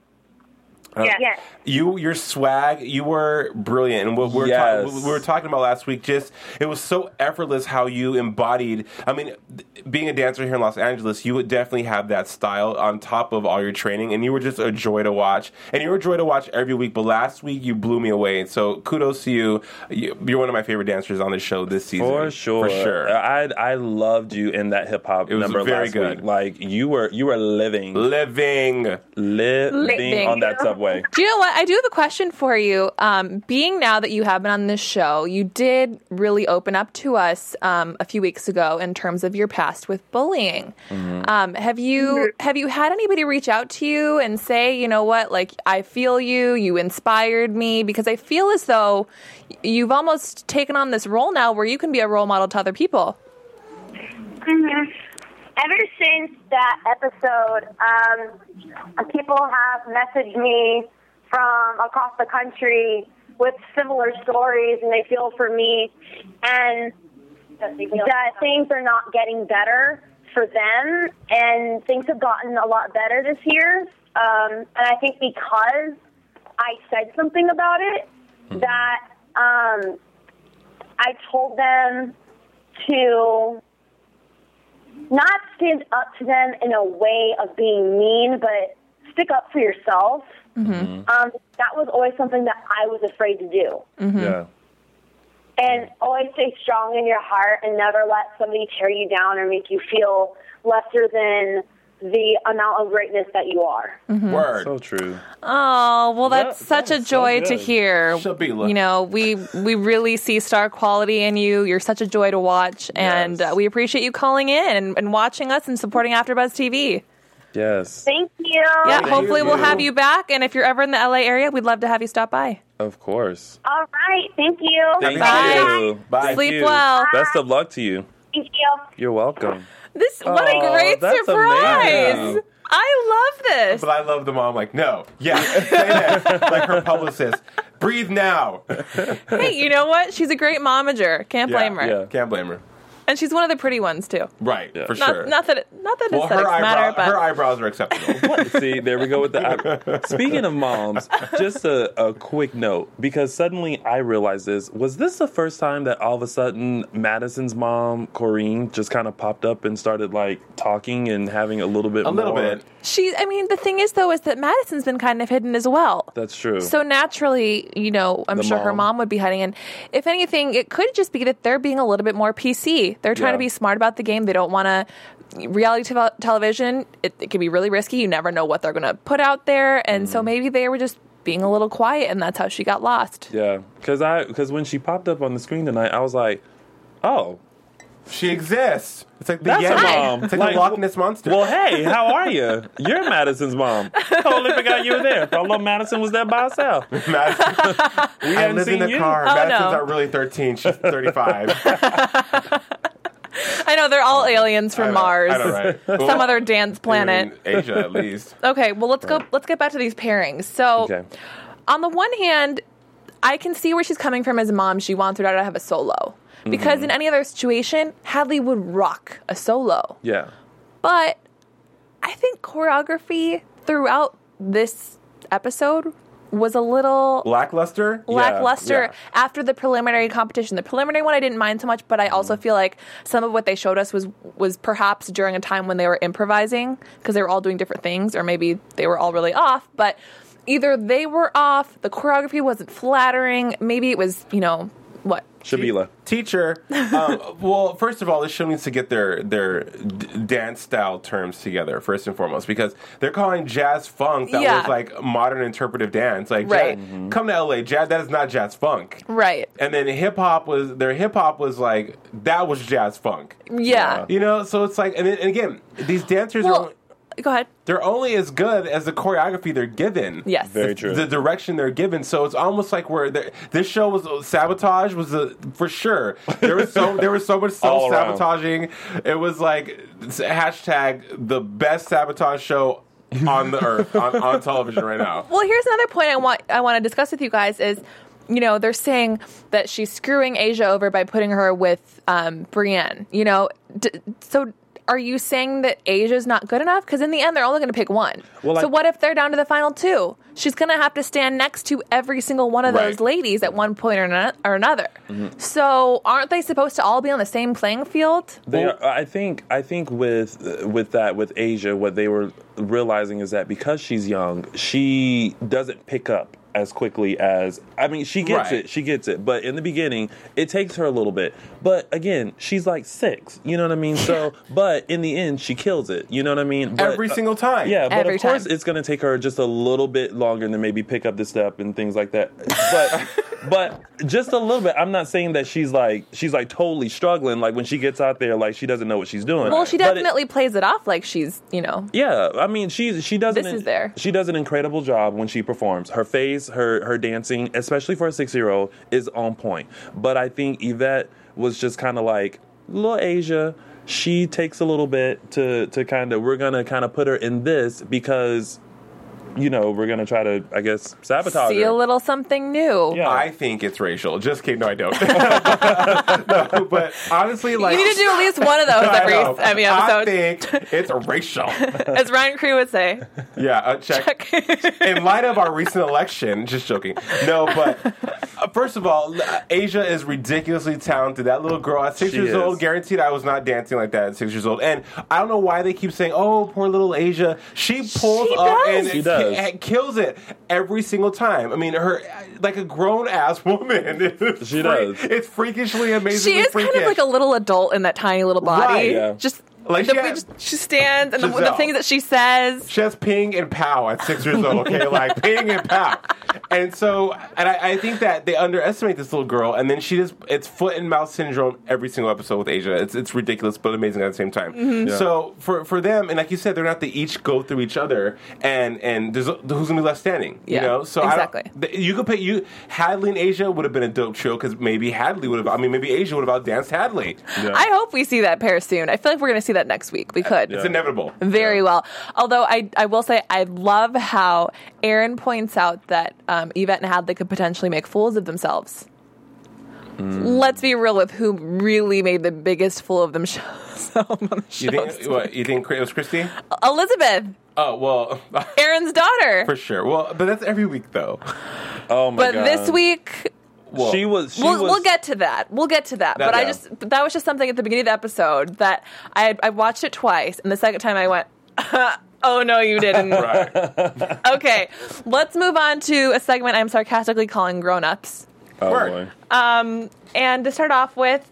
Speaker 5: Yes.
Speaker 2: You, your swag, you were brilliant, and what we were, ta-
Speaker 4: Yes.
Speaker 2: we were talking about last week, just it was so effortless how you embodied. I mean, th- being a dancer here in Los Angeles, you would definitely have that style on top of all your training, and you were just a joy to watch, and you were a joy to watch every week. But last week, you blew me away, so kudos to you. You- You're one of my favorite dancers on the show this season,
Speaker 4: For sure,
Speaker 2: for sure.
Speaker 4: I I loved you in that hip hop
Speaker 2: was
Speaker 4: number
Speaker 2: very
Speaker 4: last
Speaker 2: good.
Speaker 4: week. Like you were you were living
Speaker 2: Living.
Speaker 4: living
Speaker 3: Living.
Speaker 4: on that
Speaker 5: Yeah.
Speaker 4: way.
Speaker 3: Do you know what? I do have a question for you. Um, being now that you have been on this show, you did really open up to us um, a few weeks ago in terms of your past with bullying. Um, have you have you had anybody reach out to you and say, you know what, like I feel you, you inspired me, because I feel as though you've almost taken on this role now where you can be a role model to other people.
Speaker 5: Mhm. Ever since that episode, um, people have messaged me from across the country with similar stories, and they feel for me, and that things are not getting better for them, and things have gotten a lot better this year. Um, and I think because I said something about it, that um, I told them to not stand up to them in a way of being mean, but stick up for yourself. Um, that was always something that I was afraid to do.
Speaker 3: Mm-hmm.
Speaker 4: Yeah.
Speaker 5: And always stay strong in your heart and never let somebody tear you down or make you feel lesser than the amount of greatness that you are.
Speaker 2: Word.
Speaker 4: So true.
Speaker 3: Oh well, that's
Speaker 4: that
Speaker 3: such a
Speaker 4: was so
Speaker 3: joy to
Speaker 4: good.
Speaker 3: hear.
Speaker 2: Shabila.
Speaker 3: You know, we we really see star quality in you. You're such a joy to watch, and
Speaker 4: Yes.
Speaker 3: uh, we appreciate you calling in and, and watching us and supporting AfterBuzz TV.
Speaker 4: Yes.
Speaker 5: Thank you.
Speaker 3: Yeah,
Speaker 4: Thank
Speaker 3: hopefully we'll
Speaker 4: you.
Speaker 3: have you back. And if you're ever in the LA area, we'd love to have you stop by.
Speaker 4: Of course.
Speaker 5: All right. Thank you.
Speaker 4: Thank
Speaker 3: Bye.
Speaker 4: you.
Speaker 2: Bye.
Speaker 4: Thank
Speaker 3: Sleep
Speaker 4: you.
Speaker 3: well.
Speaker 4: Best of luck to you.
Speaker 5: Thank you.
Speaker 4: You're welcome.
Speaker 3: This what a
Speaker 4: Oh,
Speaker 3: great
Speaker 4: that's
Speaker 3: surprise!
Speaker 4: amazing.
Speaker 3: I love this.
Speaker 2: But I love the mom. Like, no, yeah, say that. like her publicist. Breathe now.
Speaker 3: hey, you know what? She's a great momager. Can't
Speaker 2: Yeah,
Speaker 3: blame her.
Speaker 4: yeah.
Speaker 2: Can't blame her.
Speaker 3: And she's one of the pretty ones too.
Speaker 2: Right, for
Speaker 3: Not,
Speaker 2: sure.
Speaker 3: not that it, not that
Speaker 2: well,
Speaker 3: aesthetics
Speaker 2: her,
Speaker 3: matter,
Speaker 2: eyebrow,
Speaker 3: but
Speaker 2: her eyebrows are acceptable.
Speaker 4: See, there we go with the. eye- Speaking of moms, just a, a quick note because suddenly I realized this. Was this the first time that all of a sudden Madison's mom, Corrine, just kind of popped up and started like talking and having a little bit
Speaker 2: a little
Speaker 4: more?
Speaker 2: bit.
Speaker 3: she. I mean, the thing is though, is that Madison's been kind of hidden as well.
Speaker 4: That's true.
Speaker 3: So naturally, you know, I'm
Speaker 4: The
Speaker 3: sure her
Speaker 4: mom.
Speaker 3: mom would be hiding. And if anything, it could just be that they're being a little bit more PC. They're trying to
Speaker 4: Yeah.
Speaker 3: be smart about the game. They don't want to reality tel- television. It, it can be really risky. You never know what they're going to put out there, and
Speaker 2: Mm.
Speaker 3: so maybe they were just being a little quiet, and that's how she got lost.
Speaker 4: yeah, because I because when she popped up on the screen tonight, I was like, oh,
Speaker 2: She exists. It's like the
Speaker 4: That's a
Speaker 2: Yeti.
Speaker 4: mom.
Speaker 2: It's like,
Speaker 4: Like,
Speaker 2: the Loch Ness monster.
Speaker 4: Well, hey, how are you? You're Madison's mom. Totally forgot you were there. Although Madison was there by herself. We
Speaker 2: Madison, I
Speaker 4: hadn't
Speaker 2: live in
Speaker 4: seen
Speaker 2: the
Speaker 4: you.
Speaker 2: car.
Speaker 3: Oh,
Speaker 2: Madison's
Speaker 3: no.
Speaker 2: not really 13. She's 35.
Speaker 3: I know they're all aliens
Speaker 2: I
Speaker 3: from
Speaker 2: know,
Speaker 3: Mars,
Speaker 2: I know, right?
Speaker 3: some other dance planet.
Speaker 2: In Asia, at least.
Speaker 3: Okay, well let's go. Let's get back to these pairings. So,
Speaker 4: Okay.
Speaker 3: on the one hand, I can see where she's coming from as a mom. She wants her daughter to have a solo because in any other situation, Hadley would rock a solo.
Speaker 4: Yeah.
Speaker 3: But I think choreography throughout this episode was a little
Speaker 2: Blackluster?
Speaker 3: lackluster
Speaker 4: yeah.
Speaker 3: after the preliminary competition. The preliminary one I didn't mind so much, but I
Speaker 4: Mm.
Speaker 3: also feel like some of what they showed us was was perhaps during a time when they were improvising because they were all doing different things, or maybe they were all really off. But either they were off, the choreography wasn't flattering, maybe it was you know what.
Speaker 4: Shabila.
Speaker 2: Teacher. Um, well, first of all, this show needs to get their their d- dance style terms together first and foremost because they're calling jazz funk that
Speaker 3: Yeah.
Speaker 2: was like modern interpretive dance. Like,
Speaker 3: Right.
Speaker 2: jazz- Mm-hmm. come to LA, jazz. That is not jazz funk.
Speaker 3: Right.
Speaker 2: And then hip hop was their hip hop was like that was jazz funk.
Speaker 3: Yeah.
Speaker 2: You know, so it's like, and, then, and again, these dancers are
Speaker 3: Well,
Speaker 2: only-
Speaker 3: go ahead.
Speaker 2: they're only as good as the choreography they're given.
Speaker 3: Yes.
Speaker 4: Very true.
Speaker 2: the direction they're given. So it's almost like we're there. This show was sabotage was a, for sure. There was so there was so much
Speaker 4: All
Speaker 2: self
Speaker 4: around.
Speaker 2: sabotaging. It was like s- hashtag the best sabotage show on the earth on, on television right now.
Speaker 3: Well, here's another point I want I want to discuss with you guys is, you know, they're saying that she's screwing Asia over by putting her with um, Brienne. You know, d- so are you saying that Asia's not good enough? Because in the end, they're only going to pick one.
Speaker 4: Well,
Speaker 3: so
Speaker 4: I-
Speaker 3: what if they're down to the final two? She's going to have to stand next to every single one of
Speaker 2: Right.
Speaker 3: those ladies at one point or, ano- or another.
Speaker 4: Mm-hmm.
Speaker 3: So aren't they supposed to all be on the same playing field?
Speaker 4: They are, I think I think with uh, with that with Asia, what they were realizing is that because she's young, she doesn't pick up as quickly as I mean she gets
Speaker 2: Right.
Speaker 4: it she gets it but in the beginning it takes her a little bit but again she's like 6 you know what I mean so but in the end she kills it you know what I mean but,
Speaker 2: every single time.
Speaker 4: yeah, but
Speaker 3: Every
Speaker 4: of course
Speaker 3: time.
Speaker 4: it's going to take her just a little bit longer to maybe pick up the step and things like that. But but just a little bit. I'm not saying that she's like she's like totally struggling like when she gets out there like she doesn't know what she's doing.
Speaker 3: Well, she
Speaker 4: But it-
Speaker 3: definitely plays it off like she's, you know,
Speaker 4: yeah, I mean she she does
Speaker 3: This
Speaker 4: an,
Speaker 3: is there.
Speaker 4: She does an incredible job when she performs. Her face, her her dancing, especially for a six year old, is on point. But I think Yvette was just kind of like little Asia. She takes a little bit to to kind of we're gonna kind of put her in this because you know we're gonna try to I guess sabotage
Speaker 3: see
Speaker 4: her.
Speaker 3: a little something new.
Speaker 4: yeah.
Speaker 2: I think it's racial. Just kidding. No, I don't. No, but honestly, like
Speaker 3: you need to do at least one of those
Speaker 2: I,
Speaker 3: every
Speaker 2: know.
Speaker 3: every
Speaker 2: I
Speaker 3: episode,
Speaker 2: think it's racial.
Speaker 3: as Ryan Crew would say.
Speaker 2: Yeah, uh, check. In light of our recent election, just joking. No, but uh, first of all, uh, Asia is ridiculously talented. That little girl at six
Speaker 4: She
Speaker 2: years
Speaker 4: is.
Speaker 2: old, guaranteed I was not dancing like that at six years old. And I don't know why they keep saying, "Oh, poor little Asia." She pulls
Speaker 3: She
Speaker 2: up
Speaker 3: does.
Speaker 2: and
Speaker 4: She does.
Speaker 2: ki- kills it every single time. I mean, her like a grown ass woman. It's
Speaker 4: She
Speaker 2: freak-
Speaker 4: does.
Speaker 2: It's freakishly amazing.
Speaker 3: She is kind of like a little adult in that tiny little body.
Speaker 2: Right.
Speaker 4: Yeah.
Speaker 3: Just
Speaker 2: Like
Speaker 3: the
Speaker 2: she
Speaker 3: way
Speaker 2: has-
Speaker 3: just- she stands and the, the
Speaker 2: Giselle.
Speaker 3: things that she says.
Speaker 2: She has ping and pow at six years old, okay? Like ping and pow. And so, and I, I think that they underestimate this little girl, and then she just, it's foot and mouth syndrome every single episode with Asia. It's, it's ridiculous, but amazing at the same time.
Speaker 3: Mm-hmm.
Speaker 2: So, for, for them, and like you said, they're not, they each go through each other, and, and there's, who's gonna be left standing,
Speaker 3: Yeah,
Speaker 2: you know? So, I don't-
Speaker 3: exactly.
Speaker 2: th- you could pay, you, Hadley and Asia would have been a dope show, because maybe Hadley would have, I mean, maybe Asia would have outdanced Hadley.
Speaker 3: I hope we see that pair soon. I feel like we're going to see that next week. We could.
Speaker 2: It's inevitable.
Speaker 3: Very well. Although I, I will say I love how Aaron points out that um, Yvette and Hadley could potentially make fools of themselves.
Speaker 2: Hmm.
Speaker 3: Let's be real with who really made the biggest fool of themselves on the
Speaker 2: You think,
Speaker 3: show.
Speaker 2: what, you think it was Christy?
Speaker 3: Uh, Elizabeth,
Speaker 2: Oh, well.
Speaker 3: Aaron's daughter.
Speaker 2: For sure. Well, but that's every week though.
Speaker 4: oh my
Speaker 3: but
Speaker 4: god.
Speaker 3: this week
Speaker 2: Well,
Speaker 4: she was she
Speaker 3: we'll,
Speaker 4: was
Speaker 3: we'll get to that. We'll get to that.
Speaker 2: That-
Speaker 3: but I
Speaker 2: yeah.
Speaker 3: just but that was just something at the beginning of the episode that I I watched it twice, and the second time I went. Oh no, you didn't. okay, let's move on to a segment I'm sarcastically calling grown-ups.
Speaker 4: oh,
Speaker 2: Word.
Speaker 4: boy.
Speaker 3: And to start off with,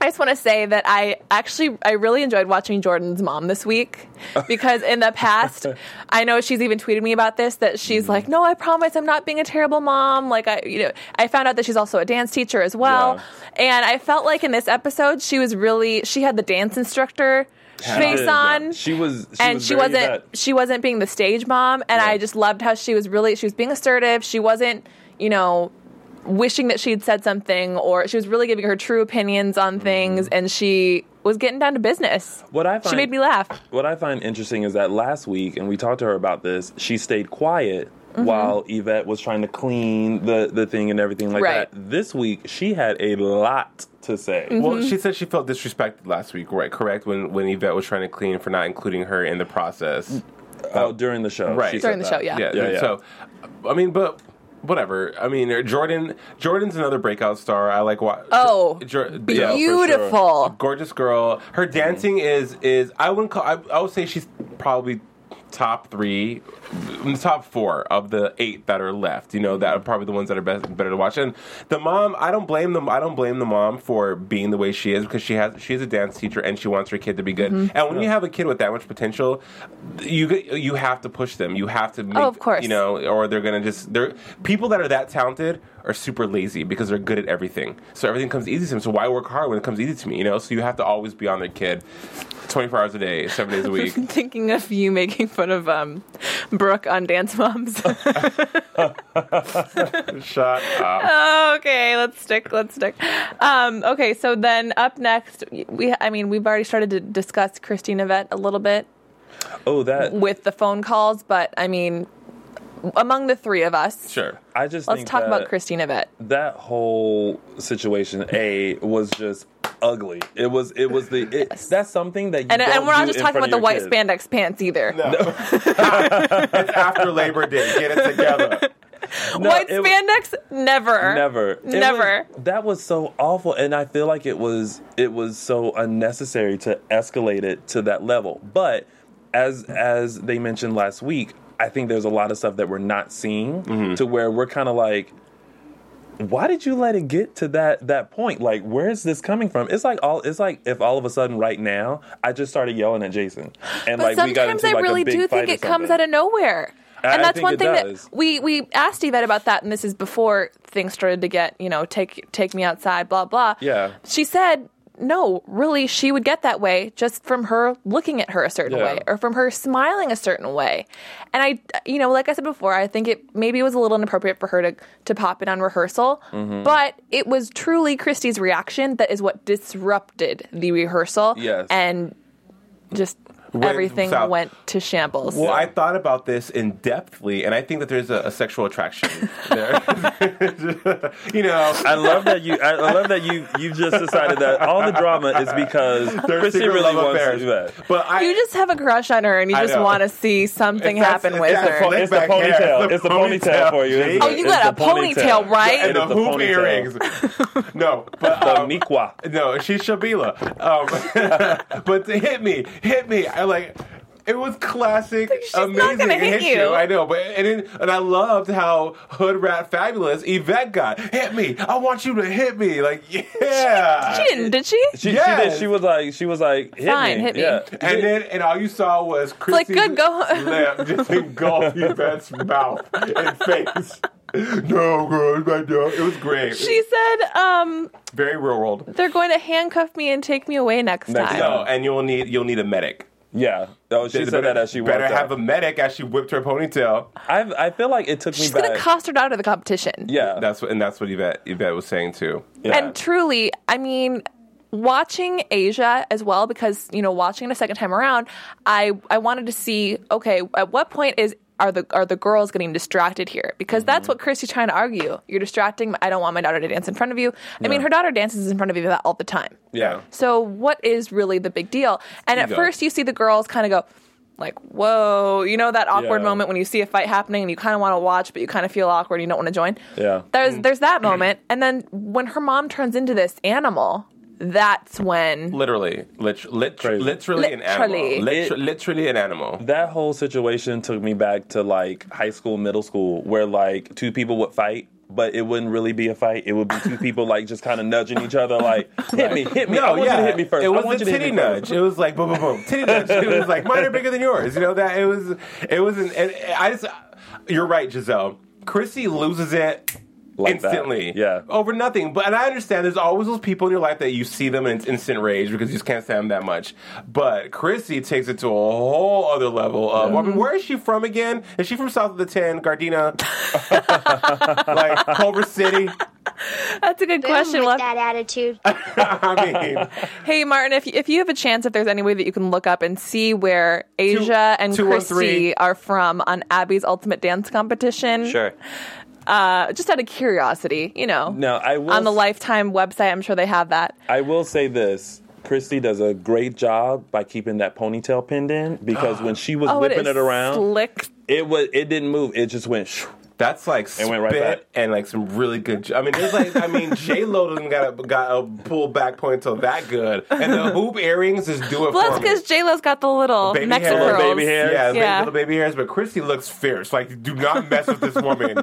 Speaker 3: I just want to say that I actually I really enjoyed watching Jordan's mom this week because in the past I know she's even tweeted me about this that she's like no I promise I'm not being a terrible mom like I you know I found out that she's also a dance teacher as well and I felt like in this episode she was really she had the dance instructor face on
Speaker 4: She was she
Speaker 3: and
Speaker 4: was
Speaker 3: she
Speaker 4: very
Speaker 3: wasn't
Speaker 4: Yvette.
Speaker 3: she wasn't being the stage mom and i just loved how she was really she was being assertive she wasn't you know wishing that she'd said something or she was really giving her true opinions on things and she was getting down to business
Speaker 4: What I
Speaker 3: she
Speaker 4: find-
Speaker 3: made me laugh
Speaker 4: What I find interesting is that last week, and we talked to her about this, she stayed quiet
Speaker 3: Mm-hmm.
Speaker 4: while Yvette was trying to clean the, the thing and everything like
Speaker 3: Right. Mm-hmm.
Speaker 4: that. This week, she had a lot to say.
Speaker 2: Well, she said she felt disrespected last week, right? Correct? When when Yvette was trying to clean for not including her in the process.
Speaker 4: Oh, during the show.
Speaker 2: Right.
Speaker 4: she
Speaker 3: During
Speaker 4: said
Speaker 3: the show, yeah.
Speaker 4: that.
Speaker 2: Yeah.
Speaker 4: Yeah, yeah.
Speaker 2: So, I mean, but whatever. I mean, Jordan. Jordan's another breakout star. I like. Wa-
Speaker 3: oh
Speaker 2: Jor- yeah, for sure.
Speaker 3: beautiful
Speaker 2: gorgeous girl. Her
Speaker 3: Mm.
Speaker 2: dancing is is I wouldn't call. I, I would say she's probably top three, in the top four of the eight that are left. You know, that are probably the ones that are best better to watch. And the mom, I don't blame them. I don't blame the mom for being the way she is because she has she is a dance teacher and she wants her kid to be good.
Speaker 3: Mm-hmm.
Speaker 2: And when you have a kid with that much potential, you get- you have to push them. You have to. Make,
Speaker 3: Oh, of course.
Speaker 2: You know know, or they're gonna just they're people that are that talented are super lazy because they're good at everything. So everything comes easy to them. So why work hard when it comes easy to me? You know, so you have to always be on their kid, twenty four hours a day, seven days a week.
Speaker 3: I'm thinking of you making fun of um, Brooke on Dance Moms.
Speaker 2: Shut up.
Speaker 3: okay, let's stick. Let's stick. Um, okay, so then up next, we. I mean, we've already started to discuss Christine Yvette a little bit.
Speaker 4: Oh, that.
Speaker 3: with the phone calls, but I mean, among the three of us,
Speaker 2: Sure.
Speaker 4: I just
Speaker 3: let's
Speaker 4: think
Speaker 3: talk about
Speaker 4: that-
Speaker 3: Christina Vett.
Speaker 4: that whole situation a was just ugly it was it was the it, that's something that you
Speaker 3: And,
Speaker 4: don't
Speaker 3: and we're not
Speaker 4: do
Speaker 3: just
Speaker 4: in
Speaker 3: talking about
Speaker 4: front of
Speaker 3: the
Speaker 4: your
Speaker 3: white
Speaker 4: kids.
Speaker 3: spandex pants either.
Speaker 2: It's after Labor Day. Get it together.
Speaker 4: No,
Speaker 3: white
Speaker 4: it-
Speaker 3: spandex, never,
Speaker 4: Never. It was-
Speaker 3: never.
Speaker 4: that was so awful, and I feel like it was it was so unnecessary to escalate it to that level. But as as they mentioned last week, I think there's a lot of stuff that we're not seeing to where we're kind of like, why did you let it get to that that point? Like, where is this coming from? It's like all it's like if all of a sudden right now I just started yelling at Jason, and
Speaker 3: But
Speaker 4: like we got
Speaker 3: sometimes
Speaker 4: into
Speaker 3: I
Speaker 4: like
Speaker 3: really
Speaker 4: a big
Speaker 3: do
Speaker 4: fight
Speaker 3: think
Speaker 4: or
Speaker 3: it comes
Speaker 4: something.
Speaker 3: out of nowhere.
Speaker 4: I-
Speaker 3: And
Speaker 4: I
Speaker 3: that's
Speaker 4: think
Speaker 3: one
Speaker 4: it
Speaker 3: thing
Speaker 4: does.
Speaker 3: that we, we asked Yvette about that, and this is before things started to get, you know, take take me outside, blah, blah.
Speaker 4: Yeah.
Speaker 3: She said, no, really, she would get that way just from her looking at her a certain
Speaker 4: Yeah.
Speaker 3: way or from her smiling a certain way. And I, you know, like I said before, I think it maybe it was a little inappropriate for her to, to pop in on rehearsal,
Speaker 4: Mm-hmm.
Speaker 3: but it was truly Christy's reaction that is what disrupted the rehearsal.
Speaker 4: Yes.
Speaker 3: And just everything
Speaker 2: south.
Speaker 3: went to shambles.
Speaker 2: Well, I thought about this in depthly, and I think that there's a, a sexual attraction there. you know,
Speaker 4: I love that you. I I love that you. You've just decided that all the drama is because Christy
Speaker 2: secret
Speaker 4: really
Speaker 2: love
Speaker 4: wants
Speaker 2: affairs.
Speaker 4: to do that.
Speaker 2: But I,
Speaker 3: you just have a crush on her and you
Speaker 2: I
Speaker 3: just
Speaker 2: know.
Speaker 3: want to see something
Speaker 2: It's-
Speaker 3: happen
Speaker 2: it's-
Speaker 3: with
Speaker 2: it's
Speaker 3: her.
Speaker 2: that
Speaker 4: It's the
Speaker 2: Neck back hair.
Speaker 4: ponytail.
Speaker 2: It's the
Speaker 4: It's the ponytail
Speaker 2: ponytail,
Speaker 4: for you.
Speaker 2: Jake.
Speaker 3: Oh, you got a ponytail, right?
Speaker 2: and the,
Speaker 4: the
Speaker 2: hoop
Speaker 4: ponytail.
Speaker 2: earrings. no, but
Speaker 4: The
Speaker 2: um,
Speaker 4: Nikwa.
Speaker 2: no, she's Shabila. Um, but to hit me, hit me. I like. It was classic,
Speaker 3: She's not
Speaker 2: amazing.
Speaker 3: gonna
Speaker 2: It
Speaker 3: hit
Speaker 2: hit
Speaker 3: you.
Speaker 2: I know, but and it, and I loved how hood rat fabulous Yvette got hit me. I want you to hit me, like yeah.
Speaker 3: She didn't, did she?
Speaker 4: She, she did.
Speaker 2: Yes.
Speaker 4: She was like. She was like. Hit
Speaker 3: Fine,
Speaker 4: me.
Speaker 3: hit me.
Speaker 4: Yeah.
Speaker 2: And then, and all you saw was
Speaker 3: like,
Speaker 2: Chrissy's
Speaker 3: good, go home.
Speaker 2: lip just engulf Yvette's mouth and face. No, girl, my dog. It was great.
Speaker 3: She said, um,
Speaker 2: Very real world.
Speaker 3: they're going to handcuff me and take me away next,
Speaker 4: Next
Speaker 3: time.
Speaker 4: time.
Speaker 2: No, and you'll need you'll need a medic.
Speaker 4: Yeah. Oh, she said that as she walked
Speaker 2: better
Speaker 4: out.
Speaker 2: have a medic as she whipped her ponytail.
Speaker 4: I've, I feel like it took
Speaker 3: She's
Speaker 4: me
Speaker 3: going
Speaker 4: back.
Speaker 3: to cost her out of the competition.
Speaker 4: yeah.
Speaker 2: That's what and that's what Yvette Yvette was saying too.
Speaker 4: yeah.
Speaker 3: And truly, I mean, watching Asia as well because you know, watching it a second time around, I I wanted to see okay, at what point is are the are the girls getting distracted here? Because that's what Christy's trying to argue. You're distracting. I don't want my daughter to dance in front of you. I mean, her daughter dances in front of you all the time.
Speaker 2: Yeah.
Speaker 3: So what is really the big deal? And at
Speaker 2: Ego.
Speaker 3: first you see the girls kind of go like, whoa, you know that awkward
Speaker 4: Yeah.
Speaker 3: moment when you see a fight happening and you kind of want to watch, but you kind of feel awkward and you don't want to join.
Speaker 4: Yeah.
Speaker 3: There's there's that moment, and then when her mom turns into this animal, that's when
Speaker 2: Literally, lit, lit,
Speaker 4: Crazy.
Speaker 2: literally an
Speaker 3: Literally.
Speaker 2: animal. Lit,
Speaker 4: It-
Speaker 2: literally an animal.
Speaker 4: that whole situation took me back to like high school, middle school, where like two people would fight, but it wouldn't really be a fight. It would be two people like just kind of nudging each other, like hit me, hit me. I want you to hit me first.
Speaker 2: It
Speaker 4: I
Speaker 2: was
Speaker 4: want
Speaker 2: the
Speaker 4: you to
Speaker 2: titty
Speaker 4: hit me first."
Speaker 2: nudge. It was like boom, boom, boom, titty nudge. It was like mine are bigger than yours. You know that it was. It was. An, and I just. You're right, Giselle. Chrissy loses it.
Speaker 4: Like that.
Speaker 2: instantly,
Speaker 4: Yeah.
Speaker 2: over nothing. But and I understand there's always those people in your life that you see them and it's instant rage because you just can't stand them that much. But Chrissy takes it to a whole other level. Of I mean, where is she from again? Is she from south of the ten, Gardena, like Culver City?
Speaker 3: that's a good question.
Speaker 6: with
Speaker 3: Left.
Speaker 6: that attitude.
Speaker 2: I mean,
Speaker 3: Hey Martin, if if you have a chance, if there's any way that you can look up and see where Asia and
Speaker 2: two one three.
Speaker 3: Christy are from on Abby's Ultimate Dance Competition,
Speaker 7: Sure.
Speaker 3: uh, just out of curiosity, you know.
Speaker 4: Now I will
Speaker 3: on the Lifetime website, I'm sure they have that.
Speaker 4: I will say this. Christy does a great job by keeping that ponytail pinned in because when she was
Speaker 3: Oh, it
Speaker 4: whipping
Speaker 3: is
Speaker 4: it, around,
Speaker 3: slick.
Speaker 4: it was it didn't move. It just went. shoo.
Speaker 2: That's like
Speaker 4: And
Speaker 2: spit
Speaker 4: went right back.
Speaker 2: and like some really good. j- I mean, there's like I mean, J Lo doesn't got a got a pull back point till that good, and the hoop earrings just do it
Speaker 3: Well, that's
Speaker 2: for me.
Speaker 3: because J Lo's got the little
Speaker 2: Baby
Speaker 3: Mexican
Speaker 2: hair.
Speaker 3: curls.
Speaker 2: Little
Speaker 4: baby hair.
Speaker 2: Yeah,
Speaker 3: Yeah.
Speaker 2: yeah. little baby hairs, but Christy looks fierce. Like, do not mess with this woman.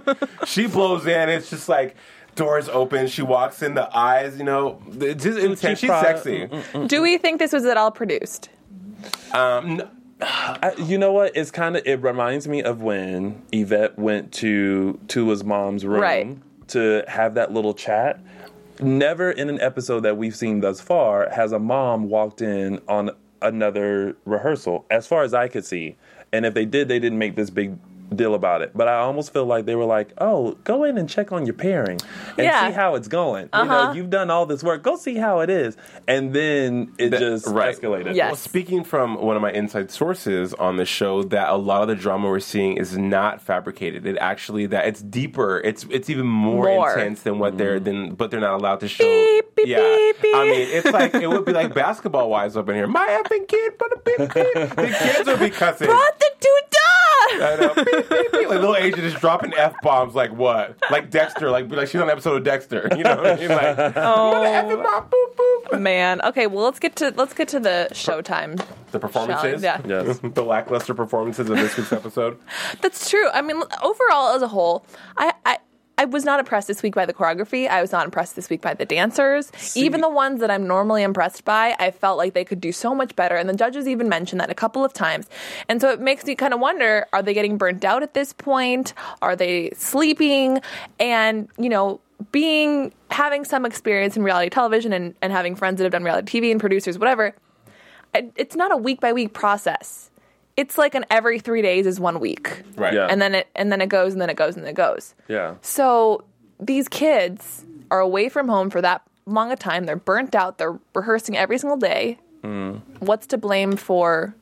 Speaker 2: she blows in. It's just like doors open. She walks in. The eyes, you know, it's just intense. Mm-hmm. She's
Speaker 4: product.
Speaker 2: sexy.
Speaker 3: Do we think this was at all produced?
Speaker 2: Um, n-
Speaker 4: I, you know what? It's kind of it reminds me of when Yvette went to Tua's mom's room
Speaker 3: Right.
Speaker 4: to have that little chat. Never in an episode that we've seen thus far has a mom walked in on another rehearsal, as far as I could see. And if they did, they didn't make this big deal about it. But I almost feel like they were like, "Oh, go in and check on your pairing and
Speaker 3: Yeah. Uh-huh.
Speaker 4: see how it's going. You know, you've done all this work. Go see how it is." And then it
Speaker 2: That-
Speaker 4: just
Speaker 2: right.
Speaker 4: escalated.
Speaker 3: Yes.
Speaker 2: Well, speaking from one of my inside sources on the show, that a lot of the drama we're seeing is not fabricated. It actually that it's deeper. It's it's even more,
Speaker 3: More.
Speaker 2: intense than what they're than, but they're not allowed to show.
Speaker 3: Beep, beep,
Speaker 2: yeah,
Speaker 3: beep, beep.
Speaker 2: I mean, it's like it would be like basketball wives up in here. My effing kid, but a beep beep. The kids would be cussing.
Speaker 3: Brought the two
Speaker 4: Uh,
Speaker 3: dogs.
Speaker 2: I know. Beep, beep, beep. Like little Asia just dropping f bombs, like what? Like Dexter, like like she's on an episode of Dester. You know, what I mean? like
Speaker 3: Oh.
Speaker 2: mother effing mom, boop boop.
Speaker 3: Man. Okay. Well, let's get to let's get to the showtime.
Speaker 2: The performances,
Speaker 3: Yeah.
Speaker 4: Yes.
Speaker 2: the lackluster performances of this week's episode.
Speaker 3: That's true. I mean, overall as a whole, I. I I was not impressed this week by the choreography. I was not impressed this week by the dancers. Even the ones that I'm normally impressed by, I felt like they could do so much better. And the judges even mentioned that a couple of times. And so it makes me kind of wonder are they getting burnt out at this point? Are they sleeping? And, you know, being having some experience in reality television and, and having friends that have done reality TV and producers, whatever, I- it's not a week by week process. It's like an every three days is one week,
Speaker 2: Right.
Speaker 4: Yeah.
Speaker 3: and then it and then it goes and then it goes and then it goes.
Speaker 4: Yeah.
Speaker 3: So these kids are away from home for that long a time. They're burnt out. They're rehearsing every single day.
Speaker 4: Hmm.
Speaker 3: What's to blame for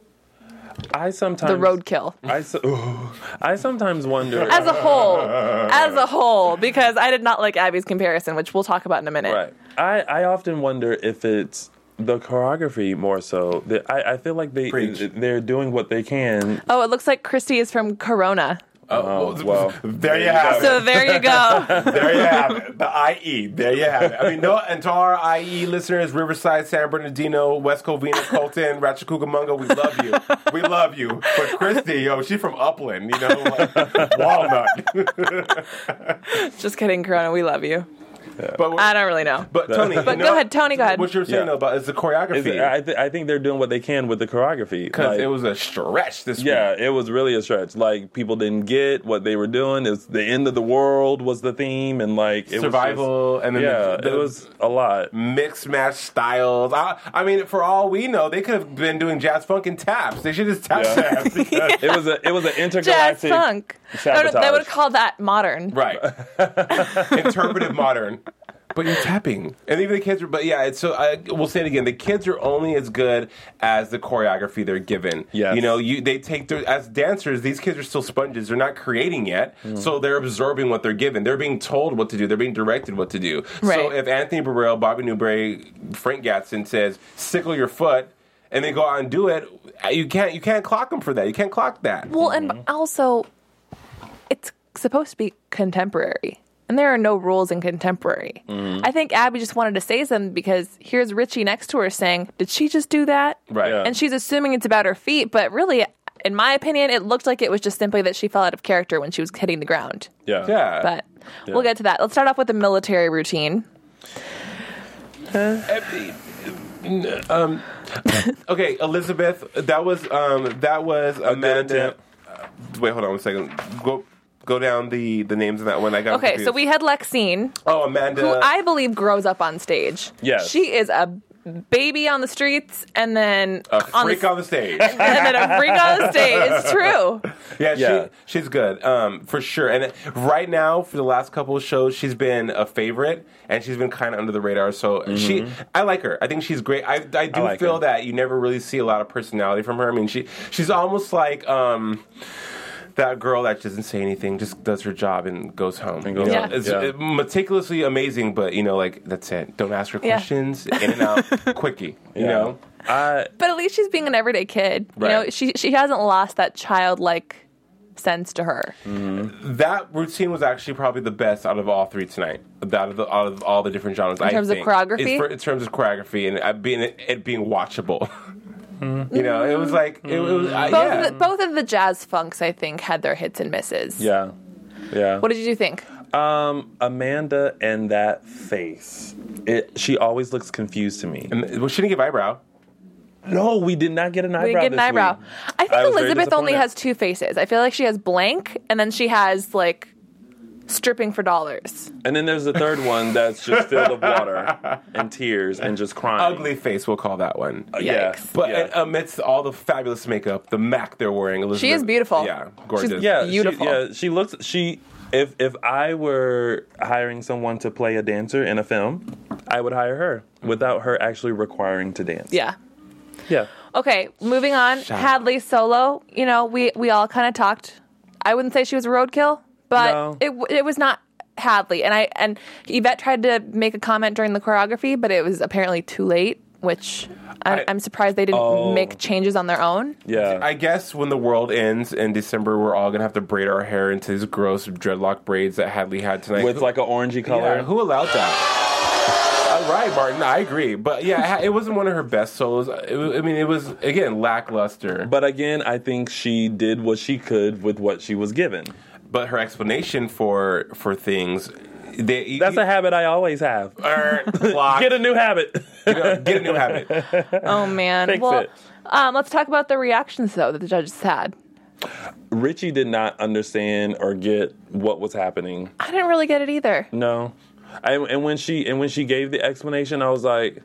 Speaker 4: I sometimes
Speaker 3: the roadkill
Speaker 4: I, so, I sometimes wonder.
Speaker 3: as a whole? as a whole, because I did not like Abby's comparison, which we'll talk about in a minute.
Speaker 4: Right. I, I often wonder if it's the choreography more so. That I, I feel like they
Speaker 2: Preach.
Speaker 4: they're doing what they can.
Speaker 3: Oh, it looks like Christy is from Corona.
Speaker 4: Oh, well.
Speaker 2: There you have it.
Speaker 3: So there you go.
Speaker 2: There you have it. The IE. There you have it. I mean, no, and to our IE listeners, Riverside, San Bernardino, West Covina, Colton, Ratchakookamunga, we love you. We love you. But Christy, yo, she's from Upland, you know, like Walnut.
Speaker 3: Just kidding, Corona. We love you.
Speaker 2: But
Speaker 3: I don't really know.
Speaker 2: But Tony,
Speaker 3: But
Speaker 2: you know
Speaker 3: go
Speaker 2: what-
Speaker 3: ahead, Tony, go ahead.
Speaker 2: What you're saying
Speaker 4: Yeah.
Speaker 2: though about is the choreography
Speaker 4: Is it- I, th- I think they're doing what they can with the choreography.
Speaker 2: because
Speaker 4: Like,
Speaker 2: it was a stretch this
Speaker 4: yeah,
Speaker 2: week.
Speaker 4: it was really a stretch. Like people didn't get what they were doing. It was the end of the world was the theme, and like it
Speaker 2: Survival,
Speaker 4: Was just-
Speaker 2: and then
Speaker 4: yeah,
Speaker 2: the- the-
Speaker 4: it was a lot.
Speaker 2: Mixed match styles. I, I mean, for all we know, they could have been doing jazz funk and taps. They should just tap
Speaker 4: Yeah.
Speaker 2: taps.
Speaker 4: It was a it was an
Speaker 3: Jazz
Speaker 4: intergalactic
Speaker 3: funk. No, no, they
Speaker 4: sabotage.
Speaker 3: would have called that modern.
Speaker 2: Right. Interpretive modern. But you're tapping, and even the kids are. But yeah, it's so I, we'll say it again: the kids are only as good as the choreography they're given.
Speaker 4: Yes.
Speaker 2: you know, you they take their as dancers. These kids are still sponges; they're not creating yet,
Speaker 3: Mm.
Speaker 2: so they're absorbing what they're given. They're being told what to do. They're being directed what to do. So
Speaker 3: Right.
Speaker 2: if Anthony Burrell, Bobby Newbray, Frank Gatson says sickle your foot, and they go out and do it, you can't you can't clock them for that. You can't clock that.
Speaker 3: Well, and also, it's supposed to be contemporary, and there are no rules in contemporary.
Speaker 2: Mm-hmm.
Speaker 3: I think Abby just wanted to say something because here's Richie next to her saying, "Did she just do that?"
Speaker 2: Right. Yeah.
Speaker 3: And she's assuming it's about her feet, but really, in my opinion, it looked like it was just simply that she fell out of character when she was hitting the ground.
Speaker 4: Yeah,
Speaker 2: Uh, yeah,
Speaker 3: But we'll get to that. Let's start off with the military routine.
Speaker 2: Um, Okay, Elizabeth, that was um that was Amanda. Uh, wait, hold on one second. Go go down the the names in that one. I got
Speaker 3: Okay, so
Speaker 2: confused.
Speaker 3: we had Lexine.
Speaker 2: oh Amanda.
Speaker 3: who I believe grows up on stage.
Speaker 4: Yes.
Speaker 3: She is a baby on the streets and then
Speaker 2: a freak
Speaker 3: the,
Speaker 2: on the stage.
Speaker 3: and then a freak on the stage. It's true.
Speaker 2: Yeah,
Speaker 4: Yeah.
Speaker 2: She, she's good um, for sure. And right now, for the last couple of shows, she's been a favorite, and she's been kind of under the radar. So she, I like her. I think she's great. I, I do
Speaker 4: Mm-hmm. I like
Speaker 2: feel
Speaker 4: her.
Speaker 2: that you never really see a lot of personality from her. I mean, she she's almost like. Um, that girl that doesn't say anything just does her job and goes home.
Speaker 4: And goes
Speaker 3: home,
Speaker 2: It's
Speaker 4: yeah.
Speaker 2: uh, meticulously amazing, but you know, like that's it. Don't ask her
Speaker 3: Yeah.
Speaker 2: questions. In and out, quickie. You
Speaker 4: Yeah.
Speaker 2: know,
Speaker 4: I
Speaker 3: But at least she's being an everyday kid. You know,
Speaker 2: Right.
Speaker 3: she she hasn't lost that childlike sense to her.
Speaker 2: that routine was actually probably the best out of all three tonight. Out of the, out of all the different genres, in
Speaker 3: terms of choreography?
Speaker 2: in terms of choreography, and uh, being it being watchable. you know, it was like it,
Speaker 4: Mm.
Speaker 2: was. Uh,
Speaker 3: Both
Speaker 2: yeah.
Speaker 3: of the, both of the jazz funks I think had their hits and misses.
Speaker 4: yeah yeah.
Speaker 3: What did you think?
Speaker 4: Um, Amanda and that face. It, she always looks confused to me.
Speaker 2: And, well, she didn't give eyebrow.
Speaker 4: No, we did not get an eyebrow.
Speaker 3: We didn't get an
Speaker 4: this
Speaker 3: eyebrow.
Speaker 4: week.
Speaker 3: I think
Speaker 4: I was very
Speaker 3: Elizabeth only
Speaker 4: disappointed.
Speaker 3: has two faces. I feel like she has blank and then she has like stripping for dollars.
Speaker 4: And then there's the third one that's just filled with water and tears and just crying.
Speaker 2: Ugly face, we'll call that one.
Speaker 4: Yeah.
Speaker 3: Yikes.
Speaker 2: But
Speaker 4: Uh, yeah.
Speaker 2: amidst all the fabulous makeup, the Mac they're wearing, Elizabeth,
Speaker 3: She is beautiful.
Speaker 2: Yeah, gorgeous.
Speaker 3: She's-
Speaker 4: yeah,
Speaker 3: beautiful.
Speaker 4: She, yeah, she looks. She if if I were hiring someone to play a dancer in a film, I would hire her without her actually requiring to dance.
Speaker 3: Yeah.
Speaker 4: yeah.
Speaker 3: Okay, moving on. Hadley solo. You know, we we all kind of talked. I wouldn't say she was a roadkill, but
Speaker 4: No.
Speaker 3: it w- it was not Hadley. And I and Yvette tried to make a comment during the choreography, but it was apparently too late. Which I,
Speaker 2: I-
Speaker 3: I, am surprised they didn't
Speaker 4: Oh.
Speaker 3: make changes on their own.
Speaker 4: yeah.
Speaker 2: I guess when the world ends in December, we're all gonna have to braid our hair into these gross dreadlock braids that Hadley had tonight.
Speaker 4: With like an orangey color.
Speaker 2: Yeah, who allowed that? All right, Martin, I agree. But yeah, it wasn't one of her best solos. It was, I mean, it was again lackluster.
Speaker 4: But again, I think she did what she could with what she was given.
Speaker 2: But her explanation for for things, they,
Speaker 4: That's a habit I always have.
Speaker 2: er, block.
Speaker 4: Get a new habit.
Speaker 2: You know, get a new habit.
Speaker 3: Oh man.
Speaker 4: Fix
Speaker 3: well,
Speaker 4: it.
Speaker 3: Um, let's talk about the reactions though that the judges had.
Speaker 4: Richie did not understand or get what was happening.
Speaker 3: I didn't really get it either.
Speaker 4: No. I, and when she and when she gave the explanation, I was like,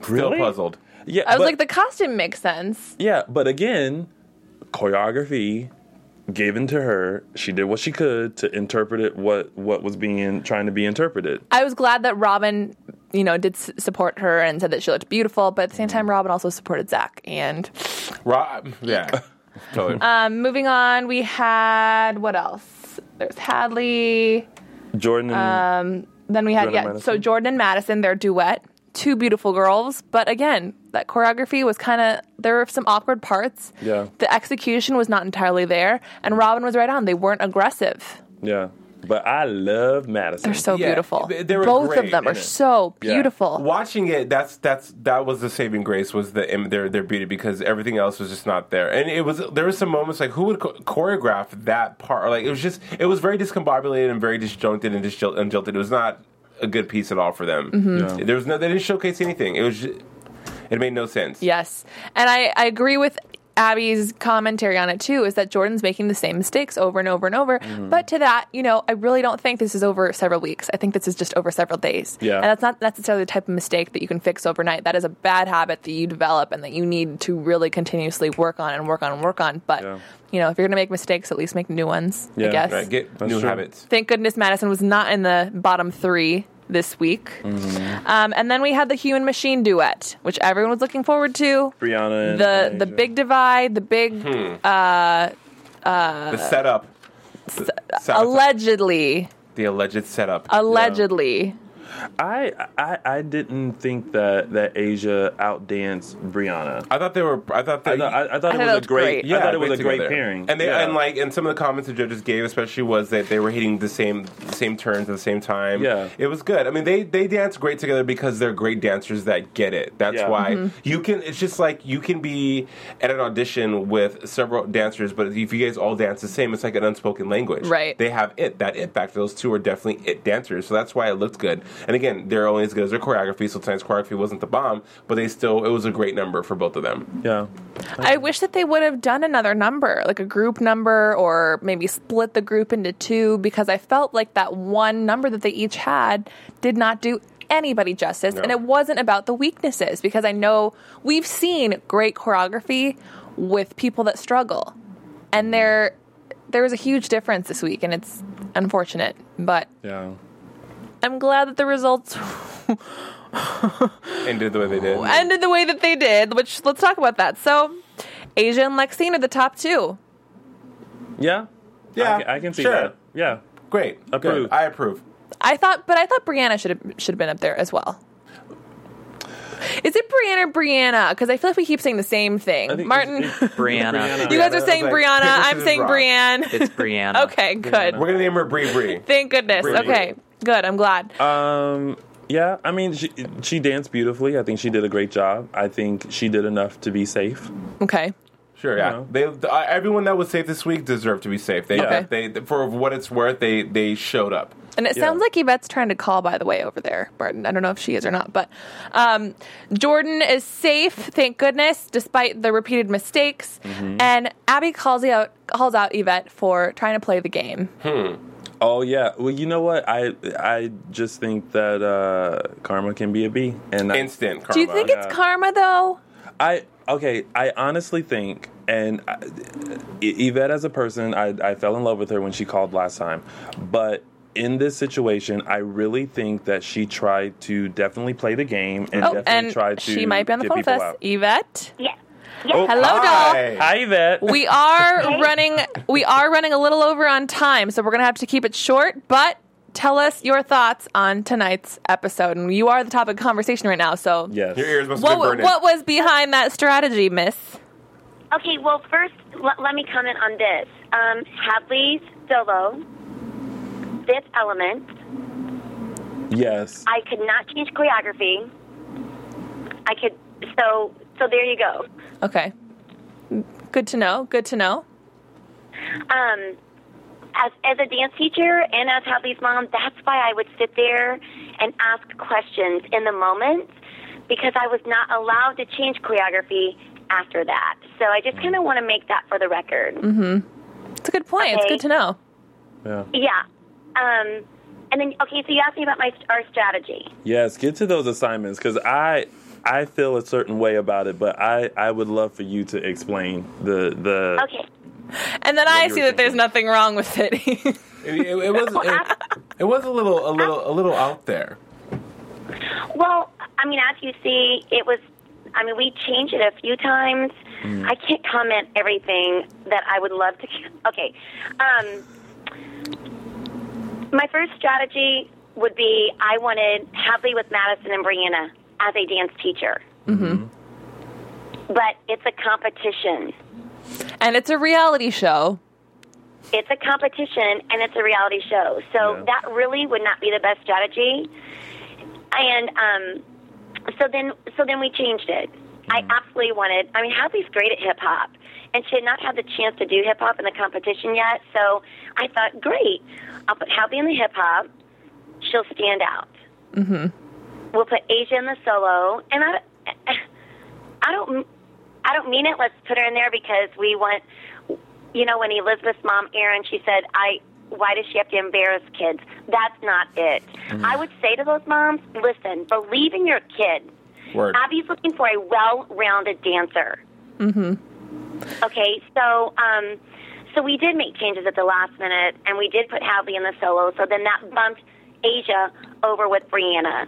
Speaker 2: Still
Speaker 4: Really?
Speaker 2: puzzled.
Speaker 4: yeah.
Speaker 3: I was
Speaker 4: but-
Speaker 3: like, the costume makes sense.
Speaker 4: Yeah, but again, choreography given to her, she did what she could to interpret it what what was being trying to be interpreted.
Speaker 3: I was glad that Robin, you know, did s- support her and said that she looked beautiful. But at the
Speaker 4: Mm.
Speaker 3: same time, Robin also supported Zach. And
Speaker 2: Rob, yeah, totally.
Speaker 3: um, moving on, we had what else? There's Hadley.
Speaker 4: Jordan
Speaker 3: Uh,
Speaker 4: and
Speaker 3: Then we had
Speaker 4: Jordan
Speaker 3: yeah.
Speaker 4: and Madison.
Speaker 3: So Jordan and Madison, their duet, two beautiful girls. But again, that choreography was kind of there were some awkward parts.
Speaker 4: Yeah.
Speaker 3: The execution was not entirely there, and Robin was right on. They weren't aggressive.
Speaker 4: yeah. But I love Madison.
Speaker 3: They're so
Speaker 2: Yeah,
Speaker 3: beautiful.
Speaker 2: they- they were
Speaker 3: Both of
Speaker 2: great
Speaker 3: them
Speaker 2: in
Speaker 3: are
Speaker 2: it.
Speaker 3: so
Speaker 4: Yeah.
Speaker 3: beautiful.
Speaker 2: Watching it, that's that's that was the saving grace was the im- their their beauty because everything else was just not there. And it was there were some moments like who would cho- choreograph that part? Like it was just it was very discombobulated and very disjointed and disjil- and jilted. It was not a good piece at all for them.
Speaker 4: Yeah.
Speaker 2: There was no they didn't showcase anything. It was ju- it made no sense.
Speaker 3: Yes. And I, I agree with Abby's commentary on it too is that Jordan's making the same mistakes over and over and over.
Speaker 4: Mm-hmm.
Speaker 3: But to that, you know, I really don't think this is over several weeks. I think this is just over several days.
Speaker 4: Yeah.
Speaker 3: And that's not necessarily the type of mistake that you can fix overnight. That is a bad habit that you develop and that you need to really continuously work on and work on and work on. But,
Speaker 4: Yeah.
Speaker 3: you know, if you're going to make mistakes, at least make new ones,
Speaker 4: Yeah,
Speaker 3: I guess.
Speaker 2: Right, get
Speaker 4: That's
Speaker 2: new
Speaker 4: true.
Speaker 2: habits.
Speaker 3: Thank goodness Madison was not in the bottom three this week.
Speaker 4: Mm-hmm.
Speaker 3: Um, and then we had the human machine duet, which everyone was looking forward to
Speaker 4: Brianna and
Speaker 3: the the
Speaker 4: Asia.
Speaker 3: big divide, the big
Speaker 2: the setup, the, sabotage-
Speaker 3: allegedly,
Speaker 2: the alleged setup.
Speaker 3: allegedly.
Speaker 4: I, I I didn't think that that Asia outdanced Brianna.
Speaker 2: I thought they were. I thought they.
Speaker 4: I thought, I, I thought
Speaker 3: I
Speaker 4: it
Speaker 3: thought
Speaker 4: was
Speaker 3: that
Speaker 4: a
Speaker 3: was
Speaker 4: great,
Speaker 3: great.
Speaker 4: I thought it was a
Speaker 2: great
Speaker 4: great
Speaker 2: together.
Speaker 4: pairing.
Speaker 2: And they
Speaker 4: Yeah.
Speaker 2: and like and some of the comments the judges gave, especially was that they were hitting the same same turns at the same time.
Speaker 4: Yeah.
Speaker 2: it was good. I mean, they they dance great together because they're great dancers that get it. That's
Speaker 4: Yeah.
Speaker 2: why you can. It's just like you can be at an audition with several dancers, but if you guys all dance the same, it's like an unspoken language.
Speaker 3: Right.
Speaker 2: They have it that it factor. Those two are definitely it dancers, so that's why it looked good. And again, they're only as good as their choreography. So tonight's choreography wasn't the bomb, but they still it was a great number for both of them.
Speaker 4: Yeah.
Speaker 3: I wish that they would have done another number, like a group number, or maybe split the group into two, because I felt like that one number that they each had did not do anybody justice. And it wasn't about the weaknesses, because I know we've seen great choreography with people that struggle. And there, there was a huge difference this week, and it's unfortunate. But
Speaker 4: Yeah.
Speaker 3: I'm glad that the results
Speaker 2: And did the way they did.
Speaker 3: ended the way that they did, which let's talk about that. So, Asia and Lexine are the top two.
Speaker 4: Yeah.
Speaker 2: Yeah,
Speaker 4: I, can- I can see
Speaker 2: sure.
Speaker 4: that. Yeah.
Speaker 2: Great.
Speaker 4: Approve.
Speaker 2: Good. I approve.
Speaker 3: I thought, but I thought Brianna should have should have been up there as well. Is it Brianna or Brianna? Because I feel like we keep saying the same
Speaker 4: I
Speaker 3: thing.
Speaker 4: think it's-
Speaker 3: Martin,
Speaker 4: it's
Speaker 6: Brianna.
Speaker 3: you guys are
Speaker 2: Brianna.
Speaker 3: saying
Speaker 2: I was like,
Speaker 3: Brianna.
Speaker 2: this
Speaker 3: I'm
Speaker 2: is
Speaker 3: saying
Speaker 2: wrong.
Speaker 3: Brianne.
Speaker 6: It's Brianna.
Speaker 3: okay, good.
Speaker 2: We're gonna name her Bree Bree.
Speaker 3: Thank goodness.
Speaker 2: Brianna.
Speaker 3: Okay, good. I'm glad.
Speaker 4: Um, yeah, I mean, she, she danced beautifully. I think she did a great job. I think she did enough to be safe.
Speaker 3: Okay.
Speaker 2: Sure, yeah.
Speaker 4: know.
Speaker 2: They uh, everyone that was safe this week deserved to be safe. They,
Speaker 3: Okay.
Speaker 2: they for what it's worth, they they showed up.
Speaker 3: And it
Speaker 4: Yeah.
Speaker 3: sounds like Yvette's trying to call, by the way, over there, Martin. I don't know if she is or not, but um, Jordan is safe, thank goodness, despite the repeated mistakes.
Speaker 4: Mm-hmm.
Speaker 3: And Abby calls out calls out Yvette for trying to play the game.
Speaker 4: Oh yeah. Well, you know what? I I just think that uh, karma can be a B, and I,
Speaker 2: Instant karma.
Speaker 3: Do you think it's
Speaker 4: yeah.
Speaker 3: karma though?
Speaker 4: I okay. I honestly think, and I, Y- Yvette as a person, I I fell in love with her when she called last time, but. In this situation, I really think that she tried to definitely play the game and
Speaker 3: Oh,
Speaker 4: definitely
Speaker 3: and
Speaker 4: tried to
Speaker 3: she might be on the
Speaker 4: get
Speaker 3: phone with us,
Speaker 4: people out.
Speaker 3: Yvette.
Speaker 5: Yeah.
Speaker 4: Oh.
Speaker 3: Hello,
Speaker 2: Oh, hi.
Speaker 4: Hi, Yvette.
Speaker 3: We are running. We are running a little over on time, so we're gonna have to keep it short. But tell us your thoughts on tonight's episode, and you are the topic of conversation right now. So,
Speaker 4: yes.
Speaker 2: Your ears must have
Speaker 3: what
Speaker 2: been burning.
Speaker 3: what was behind that strategy, Miss?
Speaker 5: Okay, well, first, l- let me comment on this. Um, Hadley's solo, Fifth Element,
Speaker 4: Yes.
Speaker 5: I could not change choreography. I could so so there you go.
Speaker 3: Okay. Good to know. Good to know.
Speaker 5: Um, as as a dance teacher and as Hadley's mom, that's why I would sit there and ask questions in the moment because I was not allowed to change choreography after that. So I just kind of want to make that for the record.
Speaker 3: It's a good point. It's
Speaker 5: Okay.
Speaker 3: good to know.
Speaker 4: Yeah.
Speaker 5: Yeah. Um, and then okay, so you asked me about my our strategy.
Speaker 4: Yes, get to those assignments because I I feel a certain way about it, but I I would love for you to explain the the.
Speaker 5: Okay.
Speaker 3: And then I
Speaker 4: you
Speaker 3: see
Speaker 4: were
Speaker 3: that there's
Speaker 4: thinking.
Speaker 3: nothing wrong with it.
Speaker 2: It, it- it was it, it was a little a little a little out there.
Speaker 5: Well, I mean, as you see, it was. I mean, we changed it a few times. I can't comment everything that I would love to. Okay. Um, my first strategy would be I wanted Hadley with Madison and Brianna as a dance teacher. Mm-hmm. But it's a competition.
Speaker 3: and it's a reality show.
Speaker 5: It's a competition and it's a reality show. So
Speaker 4: Yeah.
Speaker 5: that really would not be the best strategy. And um, so then so then we changed it. I absolutely wanted. I mean, Hadley's great at hip hop, and she had not had the chance to do hip hop in the competition yet. So I thought, great, I'll put Hadley in the hip hop. She'll stand out. Mm-hmm. We'll put Asia in the solo, and I, I don't, I don't mean it. Let's put her in there because we want. You know, when Elizabeth's mom, Erin, she said, I. Why does she have to embarrass kids? That's not it. I would say to those moms, listen, believe in your kid.
Speaker 2: Word.
Speaker 5: Abby's looking for a well-rounded dancer. Mm-hmm. Okay, so um, so we did make changes at the last minute, and we did put Hadley in the solo. So then that bumped Asia over with Brianna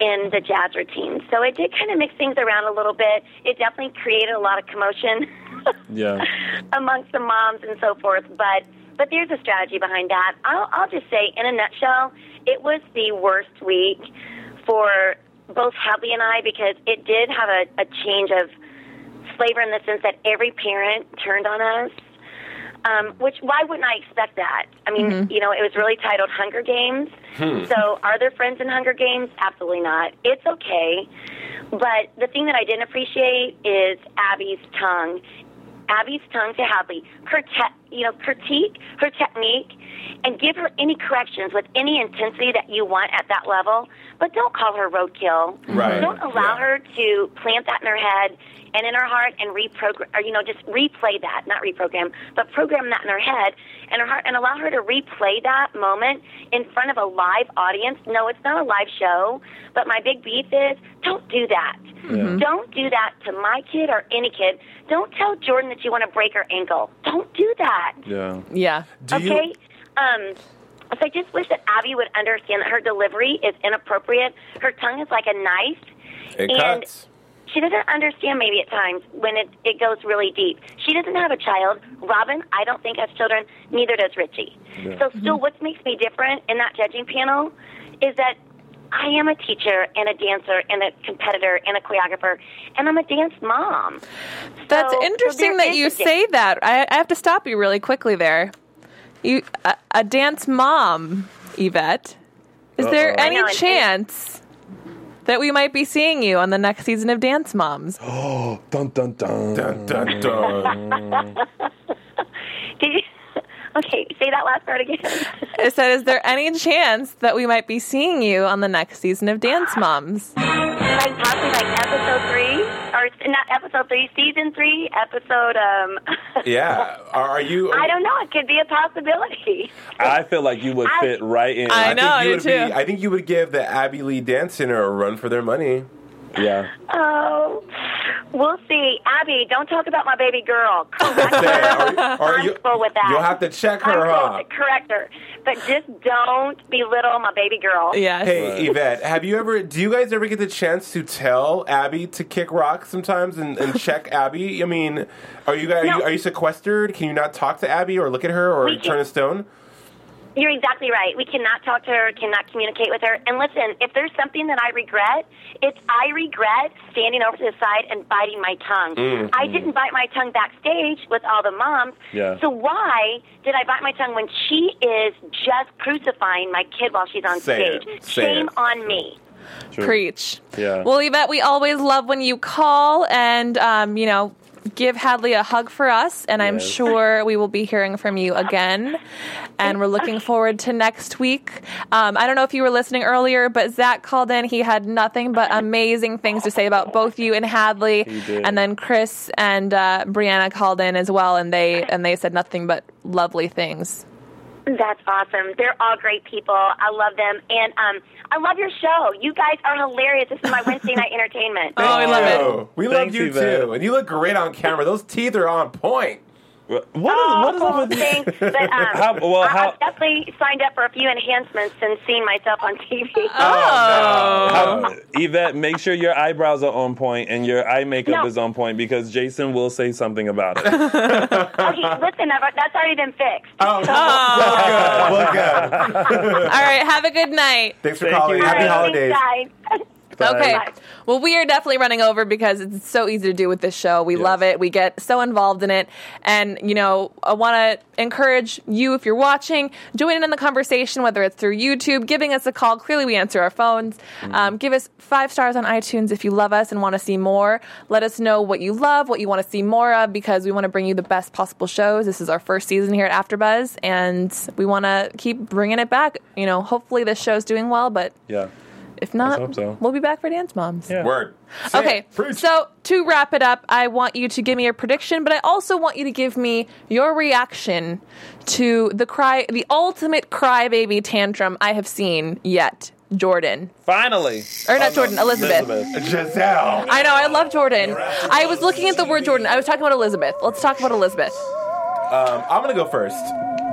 Speaker 5: in the jazz routine. So it did kind of mix things around a little bit. It definitely created a lot of commotion
Speaker 4: Yeah.
Speaker 5: amongst the moms and so forth. But but there's a strategy behind that. I'll, I'll just say, in a nutshell, it was the worst week for both Hadley and I because it did have a, a change of flavor in the sense that every parent turned on us. Um, which why wouldn't I expect that? I mean, you know, it was really titled Hunger Games.
Speaker 2: Hmm.
Speaker 5: So are there friends in Hunger Games? Absolutely not. It's okay. But the thing that I didn't appreciate is Abby's tongue Abby's tongue to Hadley, her te- you know critique her technique, and give her any corrections with any intensity that you want at that level. But don't call her roadkill.
Speaker 2: Right,
Speaker 5: Don't allow
Speaker 2: yeah.
Speaker 5: her to plant that in her head and in her heart and reprogram, or you know, just replay that, not reprogram, but program that in her head and her heart, and allow her to replay that moment in front of a live audience. No, it's not a live show. But my big beef is, don't do that. Don't do that to my kid or any kid. Don't tell Jordan that you want to break her ankle. Don't do that.
Speaker 4: Yeah.
Speaker 3: Yeah.
Speaker 2: Do you-
Speaker 5: okay? Um, so I just wish that Abby would understand that her delivery is inappropriate. Her tongue is like a knife.
Speaker 2: It
Speaker 5: and
Speaker 2: cuts.
Speaker 5: she doesn't understand maybe at times when it, it goes really deep. She doesn't have a child. Robin, I don't think has children. Neither does Richie. So
Speaker 3: Mm-hmm.
Speaker 5: still what makes me different in that judging panel is that I am a teacher and a dancer and a competitor and a choreographer and I'm a dance mom.
Speaker 3: That's
Speaker 5: So- so
Speaker 3: interesting
Speaker 5: there
Speaker 3: that
Speaker 5: is
Speaker 3: you
Speaker 5: a di-
Speaker 3: say that. I, I have to stop you really quickly there. You a, a dance mom, Yvette. Is there any
Speaker 5: No, it-
Speaker 3: chance that we might be seeing you on the next season of Dance Moms?
Speaker 4: Dun dun dun.
Speaker 2: Dun, dun, dun.
Speaker 5: Did you, okay, say that last part again.
Speaker 3: I said, is there any chance that we might be seeing you on the next season of Dance Moms?
Speaker 5: like possibly like episode three or s- not episode three, season three, episode. Um,
Speaker 2: Yeah. Are, are you?
Speaker 5: I don't know. It could be a possibility.
Speaker 4: I feel like you would
Speaker 5: I-
Speaker 4: fit right in.
Speaker 3: I know.
Speaker 2: you
Speaker 3: I
Speaker 2: would
Speaker 3: do
Speaker 2: be-
Speaker 3: too.
Speaker 2: I think you would give the Abbey Lee Dance Center a run for their money.
Speaker 4: Yeah.
Speaker 5: Oh, we'll see. Abby, don't talk about my baby girl. Correct
Speaker 2: Say,
Speaker 5: her.
Speaker 2: are, are
Speaker 5: I'm
Speaker 2: you,
Speaker 5: cool with that.
Speaker 2: You'll have to check
Speaker 5: I'm
Speaker 2: her,
Speaker 5: cool
Speaker 2: huh?
Speaker 5: with it. Correct her, but just don't belittle my baby girl.
Speaker 3: Yes.
Speaker 2: Hey, Yvette, have you ever? Do you guys ever get the chance to tell Abby to kick rock sometimes and, and check Abby? I mean, are you guys? Are, you,
Speaker 5: No.
Speaker 2: are you sequestered? Can you not talk to Abby or look at her or
Speaker 5: We
Speaker 2: turn
Speaker 5: can-
Speaker 2: a stone?
Speaker 5: You're exactly right. We cannot talk to her, cannot communicate with her. And listen, if there's something that I regret, it's I regret standing over to the side and biting my tongue.
Speaker 2: Mm.
Speaker 5: I didn't bite my tongue backstage with all the moms.
Speaker 4: Yeah.
Speaker 5: So why did I bite my tongue when she is just crucifying my kid while she's on
Speaker 2: Say it.
Speaker 5: stage?
Speaker 2: Say
Speaker 5: Shame
Speaker 2: it.
Speaker 5: on me.
Speaker 4: True.
Speaker 3: Preach.
Speaker 4: Yeah.
Speaker 3: Well, Yvette, we always love when you call and, um, you know, give Hadley a hug for us. And I'm
Speaker 4: Yes.
Speaker 3: sure we will be hearing from you again. And we're looking forward to next week. Um, I don't know if you were listening earlier, but Zach called in. He had nothing but amazing things to say about both you and Hadley.
Speaker 4: He did.
Speaker 3: And then Chris and uh, Brianna called in as well, and they and they said nothing but lovely things.
Speaker 5: That's awesome. They're all great people. I love them. And um, I love your show. You guys are hilarious. This is my Wednesday night entertainment.
Speaker 3: Oh, I love it.
Speaker 2: Oh, we love
Speaker 4: Thanks,
Speaker 2: you
Speaker 4: Yvette.
Speaker 2: too, and you look great on camera. Those teeth are on point.
Speaker 4: What is, what is up
Speaker 3: Oh,
Speaker 4: with you?
Speaker 5: Oh, Thanks, but um,
Speaker 4: How- well,
Speaker 5: I-
Speaker 4: how-
Speaker 5: I've definitely signed up for a few enhancements since seeing myself on TV.
Speaker 4: Oh, Uh, Yvette, make sure your eyebrows are on point and your eye makeup
Speaker 5: No.
Speaker 4: is on point because Jason will say something about it.
Speaker 5: okay, listen, I've, that's already been fixed.
Speaker 2: Oh, well, good. Well, good.
Speaker 3: All right. Have a good night.
Speaker 2: Thanks for
Speaker 4: Thank
Speaker 2: calling.
Speaker 4: you.
Speaker 5: All
Speaker 2: Happy
Speaker 5: right,
Speaker 2: holidays.
Speaker 5: thanks, guys.
Speaker 3: Okay.
Speaker 5: Bye.
Speaker 3: Well, we are definitely running over because it's so easy to do with this show. We love it. We get so involved in it. And, you know, I want to encourage you, if you're watching, join in on the conversation, whether it's through YouTube, giving us a call. Clearly, we answer our phones. Um, give us five stars on iTunes if you love us and want to see more. Let us know what you love, what you want to see more of, because we want to bring you the best possible shows. This is our first season here at AfterBuzz, and we want to keep bringing it back. You know, hopefully this show's doing well, but
Speaker 4: Yeah.
Speaker 3: if
Speaker 4: hope
Speaker 3: not,
Speaker 4: so.
Speaker 3: we'll be back for Dance Moms.
Speaker 4: Yeah.
Speaker 2: Word. Say
Speaker 3: Okay,
Speaker 2: it. Preach.
Speaker 3: so to wrap it up, I want you to give me your prediction, but I also want you to give me your reaction to the cry, the ultimate crybaby tantrum I have seen yet, Jordan
Speaker 4: Finally.
Speaker 3: or not Jordan, Elizabeth.
Speaker 2: Giselle.
Speaker 3: I know, I love Jordan. I was looking at the word Jordan. I was talking about Elizabeth. Let's talk about Elizabeth.
Speaker 2: Um, I'm gonna go first.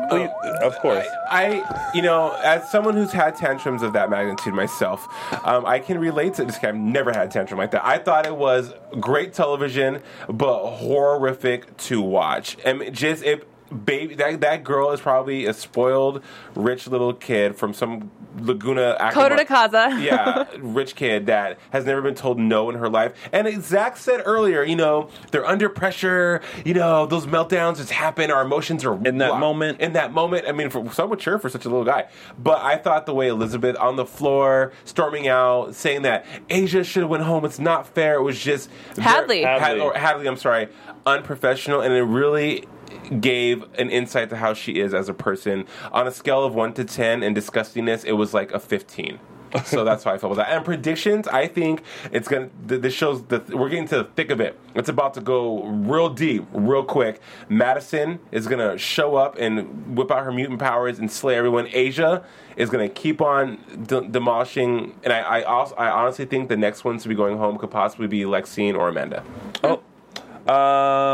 Speaker 4: Please- Of course.
Speaker 2: I, you know, as someone who's had tantrums of that magnitude myself, um, I can relate to this. guy. I've never had a tantrum like that. I thought it was great television, but horrific to watch. And just it. Baby, that that girl is probably a spoiled, rich little kid from some Laguna.
Speaker 3: Coda
Speaker 2: Acoma-
Speaker 3: de Casa.
Speaker 2: yeah, rich kid that has never been told no in her life. And as Zach said earlier, you know, they're under pressure. You know, those meltdowns just happen. Our emotions are
Speaker 4: In that
Speaker 2: blocked.
Speaker 4: moment.
Speaker 2: In that moment, I mean, for, some would cheer for such a little guy. But I thought the way Elizabeth on the floor, storming out, saying that Asia should have went home. It's not fair. It was just very-
Speaker 3: Hadley.
Speaker 4: Hadley.
Speaker 2: Had- or Hadley. I'm sorry, unprofessional, and it really gave an insight to how she is as a person on a scale of 1 to 10 in disgustingness it was like a 15 so that's how i felt about that and predictions i think it's gonna th- this shows the we're getting to the thick of it it's about to go real deep real quick madison is gonna show up and whip out her mutant powers and slay everyone asia is gonna keep on d- demolishing and I, I also i honestly think the next ones to be going home could possibly be lexine or amanda
Speaker 4: Oh.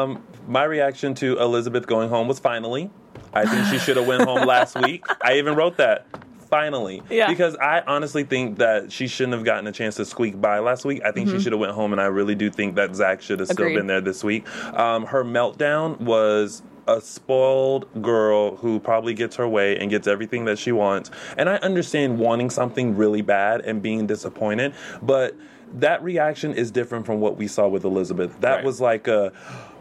Speaker 4: Um, my reaction to Elizabeth going home was finally. I think she should have went home last week. I even wrote that. Finally,
Speaker 3: Yeah.
Speaker 4: because I honestly think that she shouldn't have gotten a chance to squeak by last week. I think she should have went home, and I really do think that Zach should have still
Speaker 3: Mm-hmm. Agreed.
Speaker 4: been there this week. Um, her meltdown was a spoiled girl who probably gets her way and gets everything that she wants. And I understand wanting something really bad and being disappointed, but that reaction is different from what we saw with Elizabeth. That
Speaker 2: Right.
Speaker 4: was like a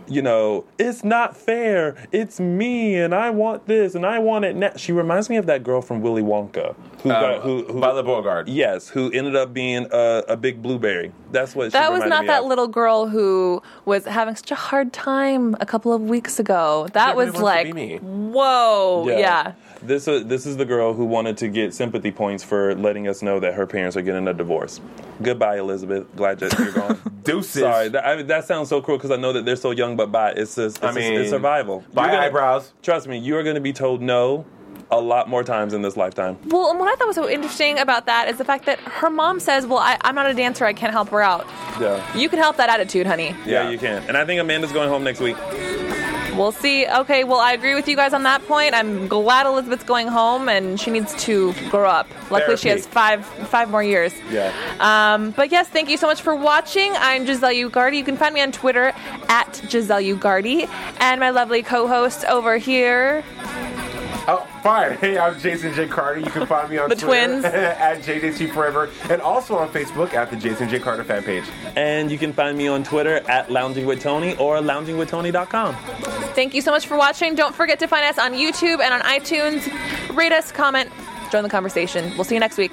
Speaker 4: you know, it's not fair. It's me, and I want this, and I want it now. She reminds me of that girl from Willy Wonka, who,
Speaker 2: uh,
Speaker 4: got, who, who
Speaker 2: Violet Beauregard.
Speaker 4: yes, who ended up being a, a big blueberry. That's what. she
Speaker 3: That was
Speaker 4: reminded
Speaker 3: not
Speaker 4: me
Speaker 3: that
Speaker 4: of.
Speaker 3: little girl who was having such a hard time a couple of weeks ago. That
Speaker 2: really
Speaker 3: was
Speaker 2: wants to
Speaker 3: like,
Speaker 2: be me.
Speaker 3: whoa, Oh, yeah.
Speaker 4: This uh, this is the girl who wanted to get sympathy points for letting us know that her parents are getting a divorce. Goodbye, Elizabeth. Glad that you're gone.
Speaker 2: Deuces.
Speaker 4: Sorry, that, I mean, that sounds so cruel because I know that they're so young, but bye. It's just, it's,
Speaker 2: I
Speaker 4: just-
Speaker 2: mean,
Speaker 4: it's survival.
Speaker 2: bye,
Speaker 4: You're gonna-
Speaker 2: eyebrows.
Speaker 4: Trust me, you are going to be told no a lot more times in this lifetime.
Speaker 3: Well, and what I thought was so interesting about that is the fact that her mom says, "Well, I, I'm not a dancer. I can't help her out."
Speaker 4: Yeah.
Speaker 3: You can help that attitude, honey.
Speaker 4: Yeah,
Speaker 2: Yeah.
Speaker 4: you can. And I think Amanda's going home next week.
Speaker 3: We'll see. Okay, well, I agree with you guys on that point. I'm glad Elizabeth's going home, and she needs to grow up. Luckily, she
Speaker 2: Therapy.
Speaker 3: has five five more years.
Speaker 4: Yeah.
Speaker 3: Um, but yes, thank you so much for watching. I'm Giselle Ugardi. You can find me on Twitter at Giselle Ugardi, and my lovely co-host over here,
Speaker 2: Oh, fine. Hey, I'm Jason J. Carter. You can find me on
Speaker 3: The
Speaker 2: Twitter
Speaker 3: twins.
Speaker 2: at JJC Forever and also on Facebook at the Jason J. Carter fan page.
Speaker 4: And you can find me on Twitter at Lounging with Tony or loungingwithtony.com.
Speaker 3: Thank you so much for watching. Don't forget to find us on YouTube and on iTunes. Rate us, comment, join the conversation. We'll see you next week.